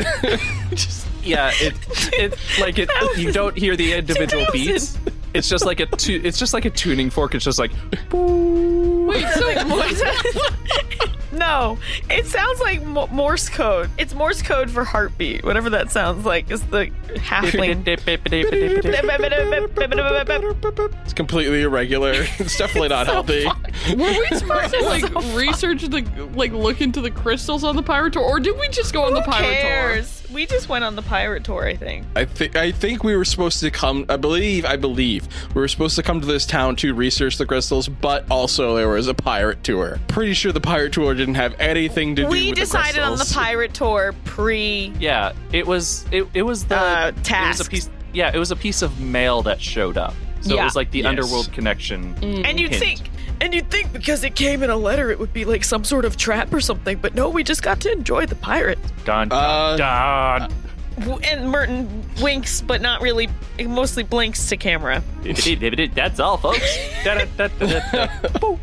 E: yeah, it, it like it. You don't hear the individual beats. It's just like a tu- it's just like a tuning fork. It's just like
D: Wait, so
F: no, it sounds like Mo- Morse code. It's Morse code for heartbeat, whatever that sounds like, is the halfling.
B: It's completely irregular. It's definitely not healthy.
D: were we supposed to like research the like look into the crystals on the pyrotor, or did we just go on the
F: Who
D: pyrotor?
F: cares? We just went on the pirate tour, I think.
B: I think I think we were supposed to come. I believe. I believe we were supposed to come to this town to research the crystals, but also there was a pirate tour. Pretty sure the pirate tour didn't have anything to do.
F: We
B: with
F: decided
B: the
F: on the
B: crystals.
F: pirate tour pre.
E: yeah. It was it, it was the
F: Uh,
E: it was a
F: tasks.
E: piece- yeah, it was a piece of mail that showed up. So
F: Yeah. Mm.
E: it was like the
B: Yes.
E: underworld connection.
F: And you'd
E: Hint.
F: think, and you'd think because it came in a letter, it would be like some sort of trap or something. But no, we just got to enjoy the pirate.
E: Dun, dun,
B: Uh,
E: dun.
F: W- And Merton winks, but not really. He mostly blinks to camera.
E: That's all, folks. Da-da-da-da-da.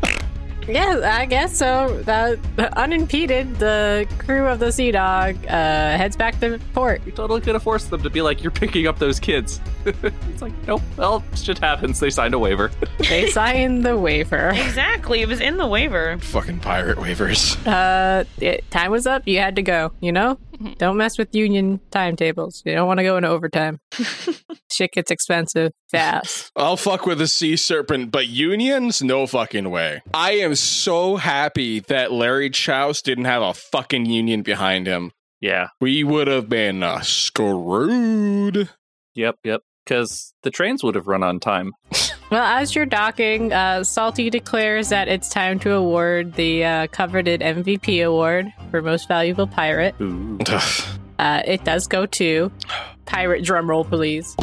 A: Yeah, I guess so. Uh, unimpeded, the crew of the Sea Dog uh, heads back to port.
E: You totally could have forced them to be like, "You're picking up those kids." it's like, nope. Well, shit happens. They signed a waiver.
A: They sign the waiver.
C: Exactly. It was in the waiver.
B: Fucking pirate waivers.
A: Uh, it, time was up. You had to go. You know,
D: Mm-hmm.
A: don't mess with union timetables. You don't want to go into overtime. Shit gets expensive fast.
B: I'll fuck with a sea serpent, but unions? No fucking way. I am so happy that Larry Chouse didn't have a fucking union behind him.
E: yeah.
B: We would have been uh, screwed.
E: Yep. Yep. Because the trains would have run on time.
A: Well, as you're docking, uh, Salty declares that it's time to award the uh, coveted MVP award for most valuable pirate.
E: Ooh.
A: Uh, it does go to pirate drumroll, please.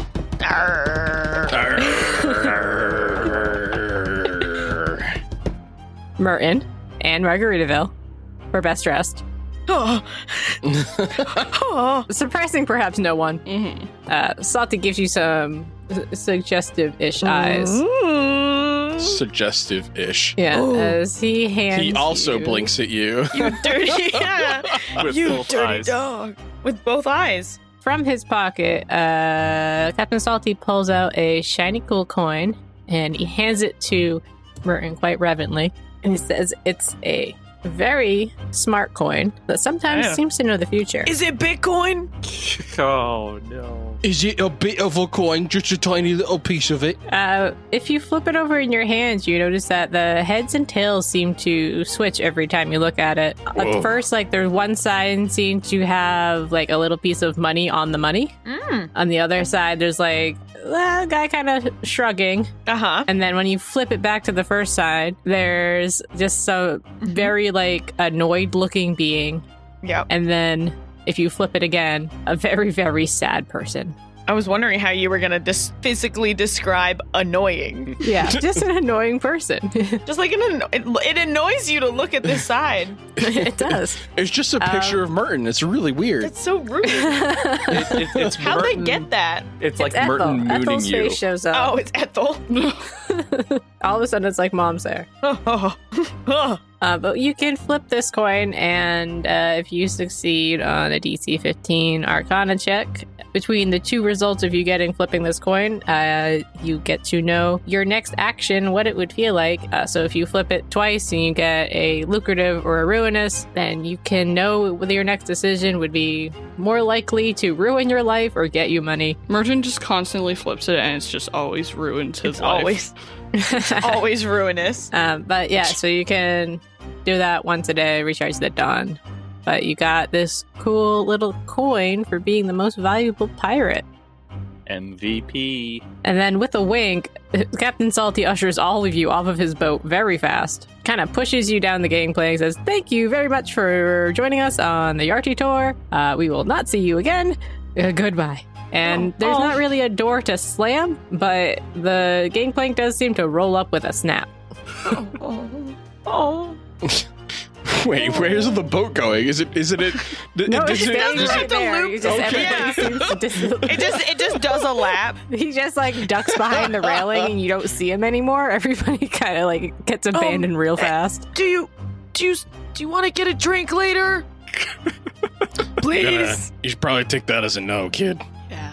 A: Merton and Margaritaville were best dressed.
F: Oh, oh.
A: Surprising, perhaps no one.
D: Mm-hmm.
A: Uh, Salty gives you some suggestive ish eyes.
F: Mm,
B: Suggestive ish.
A: Yeah,
F: Ooh.
A: as he hands.
B: He also
A: you-
B: blinks at you.
F: you dirty, yeah,
E: With
F: you
E: both
F: dirty
E: eyes.
F: dog.
C: With both eyes.
A: From his pocket, uh, Captain Salty pulls out a shiny cool coin and he hands it to Merton quite reverently. And he says it's a very smart coin that sometimes
E: Yeah.
A: seems to know the future.
F: Is it Bitcoin?
E: Oh no.
G: Is it a bit of a coin? Just a tiny little piece of it?
A: Uh, if you flip it over in your hands, you notice that the heads and tails seem to switch every time you look at it.
B: Whoa.
A: At first, like there's one side seems to have like a little piece of money on the money.
C: Mm.
A: On the other side, there's like a guy kind of shrugging.
F: Uh huh.
A: And then when you flip it back to the first side, there's just some very like annoyed looking being.
F: Yep.
A: And then if you flip it again, a very, very sad person.
F: I was wondering how you were gonna dis- physically describe annoying.
A: Yeah, just an annoying person.
F: Just like an anno- it, it annoys you to look at this side.
A: it does.
B: It's just a
A: Um,
B: picture of Merton. It's really weird.
F: That's so rude.
A: it's
E: It, it, it's
F: How'd
E: Merton, Uh,
F: they get that?
E: It's like Merton mooning
A: Ethel's
E: you.
A: face shows
F: Oh,
A: up.
F: it's Ethel.
A: All of a sudden, it's like mom's there.
F: Oh, oh, oh.
A: Uh, but you can flip this coin, and uh, if you succeed on a DC 15 Arcana check, between the two results of you getting flipping this coin, uh, you get to know your next action, what it would feel like. Uh, so if you flip it twice and you get a lucrative or a ruinous, then you can know whether your next decision would be more likely to ruin your life or get you money.
D: Merchant just constantly flips it, and it's just always ruined his
C: It's
D: life.
C: always always ruinous.
A: Um, but yeah, so you can do that once a day, recharge the dawn. But you got this cool little coin for being the most valuable pirate.
E: MVP.
A: And then with a wink, Captain Salty ushers all of you off of his boat very fast, kind of pushes you down the gangplank, says, Thank you very much for joining us on the Yarty Tour. Uh, we will not see you again. Uh, goodbye. And there's not really a door to slam, but the gangplank does seem to roll up with a snap.
C: Oh,
B: Wait, where's the boat going? Is it? Is it? it
A: No, it's
B: does it-
A: staying
B: does it-
A: right there. You just,
B: Okay.
A: everybody seems to dis-
C: it just it just does a lap.
A: he just like ducks behind the railing and you don't see him anymore. Everybody kind of like gets abandoned real fast.
C: Do you do you do you want to get a drink later?
B: Gonna-
C: Please,
B: you should probably take that as a no, kid.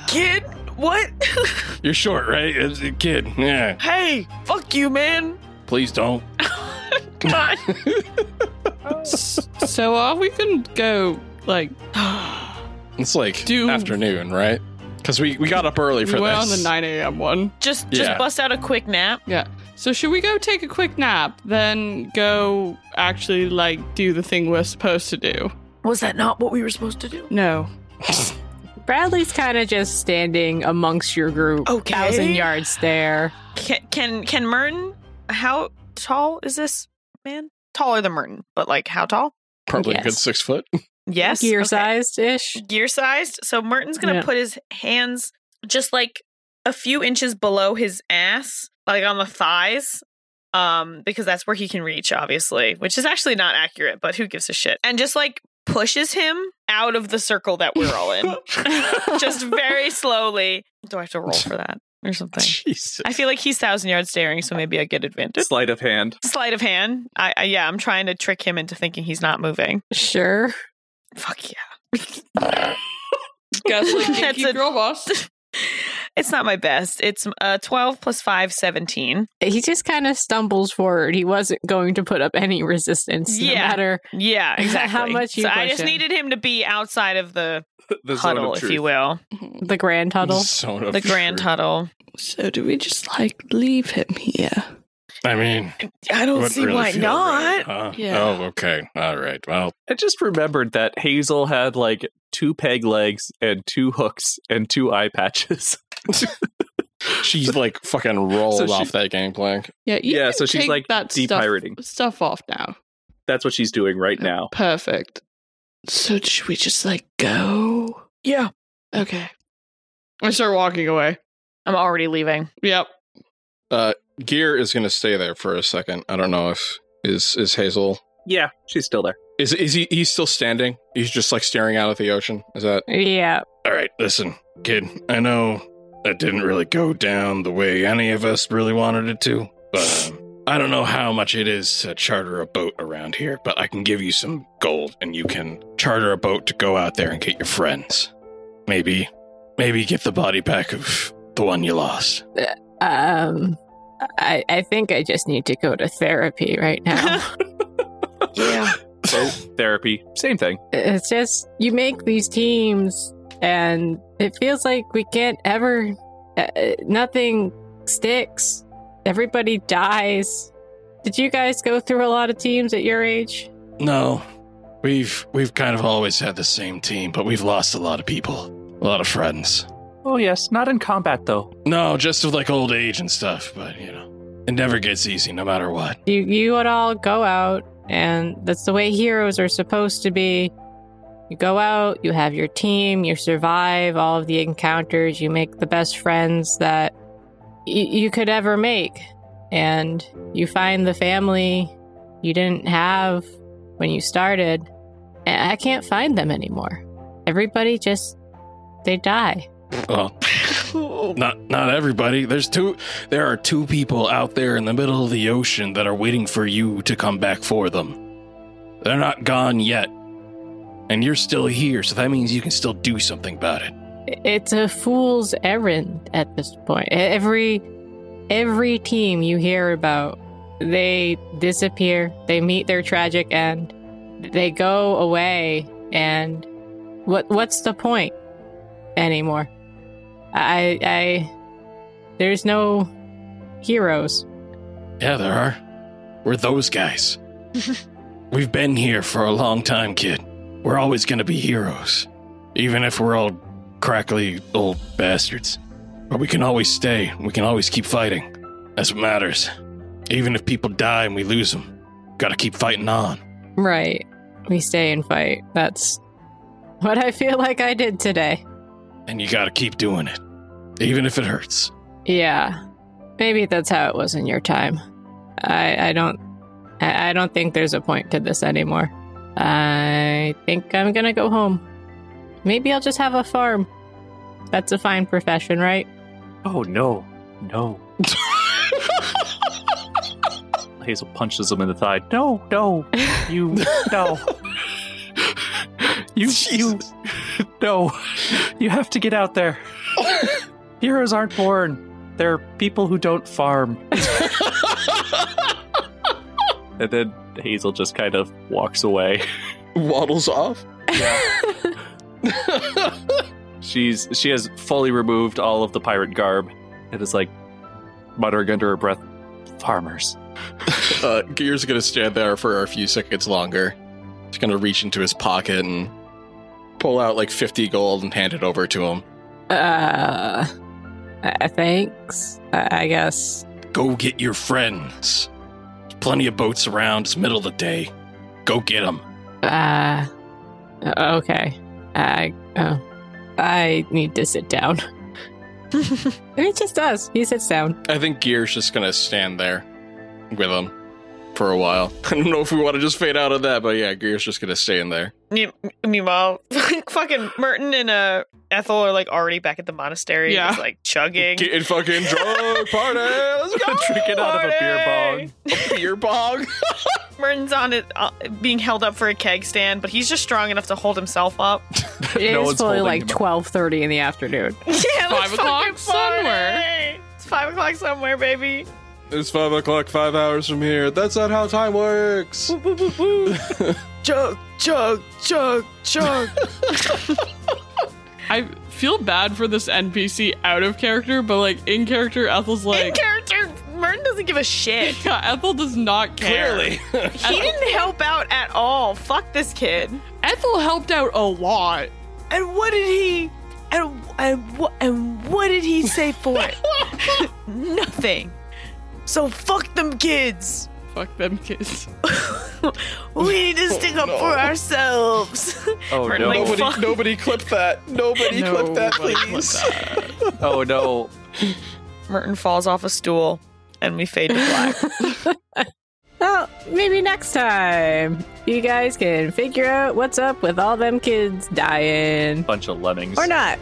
C: kid. What?
B: You're short, right? As a kid. Yeah.
C: hey, fuck you, man.
B: Please don't.
C: God.
D: so uh, we can go like
B: It's like
D: Dude.
B: afternoon, right? Because we, we got up early
D: we
B: for
D: went
B: this.
D: on the 9 a.m. one.
C: Just
B: Yeah.
C: just bust out a quick nap.
D: Yeah. So should we go take a quick nap, then go actually like do the thing we're supposed to do?
C: Was that not what we were supposed to do?
D: No.
A: Bradley's kind of just standing amongst your group,
C: Okay.
A: thousand yard stare.
C: Can can can Merton? How tall is this man? Taller than Merton, but like how tall?
B: Probably a good
A: Yes.
B: six foot.
C: Yes,
A: gear
C: okay.
A: sized ish.
C: gear sized. So Merton's gonna
A: Yeah.
C: put his hands just like a few inches below his ass, like on the thighs, um, because that's where he can reach, obviously, which is actually not accurate, but who gives a shit? And just like pushes him out of the circle that we're all in, just very slowly. Do I have to roll for that or something?
B: Jesus.
C: I feel like he's thousand yard staring, so maybe I get advantage.
E: Sleight of hand.
C: Sleight of hand. I, I yeah, I'm trying to trick him into thinking he's not moving.
A: Sure.
C: Fuck yeah.
D: Gaslight
C: That's
D: Kinky
C: a-
D: Girl Boss.
C: It's not my best. It's uh, 12 plus 5, 17.
A: He just kind of stumbles forward. He wasn't going to put up any resistance, no
C: Yeah.
A: matter.
C: Yeah, exactly.
A: How much you
C: so I
A: push
C: just
A: him.
C: needed him to be outside of the
E: The zone
C: huddle,
E: of
C: if
E: truth.
C: you will.
A: The grand huddle.
B: Zone of
C: The grand
B: truth.
C: huddle.
D: So do we just like leave him here?
B: I mean,
C: I
B: wouldn't really feel right, huh?
D: Yeah.
B: Oh, okay. All right. Well,
E: I just remembered that Hazel had like two peg legs and two hooks and two eye patches.
B: she's like fucking rolled
E: So she-
B: off that gangplank.
D: Yeah, you
E: Yeah,
D: can
E: so she's,
D: take
E: like,
D: that
E: de-pirating.
D: stuff, stuff off now.
E: That's what she's doing right
D: Oh.
E: now.
D: Perfect. So should we just like go?
C: Yeah.
D: Okay. I start walking away.
C: I'm already leaving.
D: Yep.
B: Uh, Gear is gonna stay there for a second. I don't know if is is Hazel
E: Yeah, she's still there.
B: is is he he's still standing. He's just like staring out at the ocean. Is that
A: Yeah.
B: All right, listen, kid. I know that didn't really go down the way any of us really wanted it to, but um, I don't know how much it is to charter a boat around here, but I can give you some gold and you can charter a boat to go out there and get your friends. Maybe, maybe get the body back of the one you lost.
A: Um, I, I think I just need to go to therapy right now.
C: Yeah.
E: So therapy, same thing.
A: it's just you make these teams and it feels like we can't ever uh, nothing sticks everybody dies did you guys go through a lot of teams at your age
B: No, we've we've kind of always had the same team, but we've lost a lot of people, a lot of friends.
E: Oh yes, not in combat though.
B: No, just with like old age and stuff, but you know, it never gets easy no matter what.
A: you you would all go out and that's the way heroes are supposed to be you go out you have your team you survive all of the encounters you make the best friends that y- you could ever make and you find the family you didn't have when you started and i can't find them anymore everybody just they die
B: Well, Not not everybody. There's two there are two people out there in the middle of the ocean that are waiting for you to come back for them. They're not gone yet. And you're still here, so that means you can still do something about it.
A: It's a fool's errand at this point. E-, Every every team you hear about, they disappear, they meet their tragic end, they go away, and what what's the point anymore? I I there's no heroes.
B: Yeah, there are. We're those guys. We've been here for a long time, kid. We're always going to be heroes, even if we're all crackly old bastards. But we can always stay. We can always keep fighting. That's what matters. Even if people die and we lose them, gotta keep fighting on.
A: Right. We stay and fight. That's what I feel like I did today.
B: And you gotta keep doing it, even if it hurts.
A: Yeah. Maybe that's how it was in your time. I I don't I, I don't think there's a point to this anymore. I think I'm gonna go home. Maybe I'll just have a farm. That's a fine profession, right?
E: Oh no, no. Hazel punches him in the thigh. No, no, you no. You you no. You have to get out there. Heroes aren't born. They're people who don't farm. and then Hazel just kind of walks away.
B: Waddles off.
E: She's she has fully removed all of the pirate garb and is like muttering under her breath, "Farmers."
B: Uh, Gear's gonna stand there for a few seconds longer. He's gonna reach into his pocket and pull out like 50 gold and hand it over to him.
A: Uh, uh thanks. I, I guess.
B: Go get your friends. There's plenty of boats around. It's middle of the day. Go get them.
A: Uh, okay. I oh, I need to sit down. it just does. He sits down.
B: I think Gear's just gonna stand there with him for a while. I don't know if we want to just fade out of that, but yeah, Gear's just gonna stay in there.
F: Me- Meanwhile, fucking Merton and uh, Ethel are like already back at the monastery.
D: Yeah.
F: just, like chugging.
B: Getting fucking drunk, party. Let's go.
E: Drinking out of a beer
F: party!
E: bong.
B: A beer bong.
F: Merton's on it, uh, being held up for a keg stand, but he's just strong enough to hold himself up.
A: It is
E: No one's
A: probably
E: holding
A: like
E: him up.
A: twelve thirty in the afternoon.
F: yeah, let's
D: Five o'clock
F: fucking
D: somewhere.
F: party! It's five o'clock somewhere, baby.
B: It's five o'clock, five hours from here. That's not how time works.
F: Chug, chug, chug, chug.
D: I feel bad for this NPC out of character, but like in character, Ethel's
F: In
D: like,
F: character, Merton doesn't give a shit.
D: yeah, Ethel does not care.
B: Clearly.
F: He didn't help out at all. Fuck this kid.
D: Ethel helped out a lot.
F: And what did he? And and what? And what did he say for it? Nothing. So fuck them kids.
D: Fuck them kids. Oh,
F: We need to stick up for ourselves.
E: Oh
F: Pardon,
E: no!
F: like,
B: nobody,
F: fuck.
B: nobody clip that. Nobody clip that, please.
E: Oh no!
F: Merton falls off a stool, and we fade to black.
A: Well, maybe next time you guys can figure out what's up with all them kids dying.
E: Bunch of lemmings.
A: or not.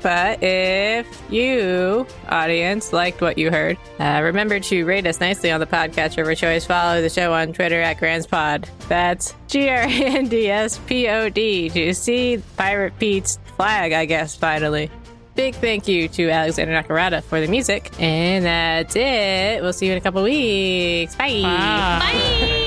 A: But if you, audience, liked what you heard, uh, remember to rate us nicely on the podcast of choice. Follow the show on Twitter at GrandsPod. That's G R A N D S P O D to see Pirate Pete's flag, I guess, finally. Big thank you to Alexander Nakarada for the music. And that's it. We'll see you in a couple weeks. Bye.
D: Bye.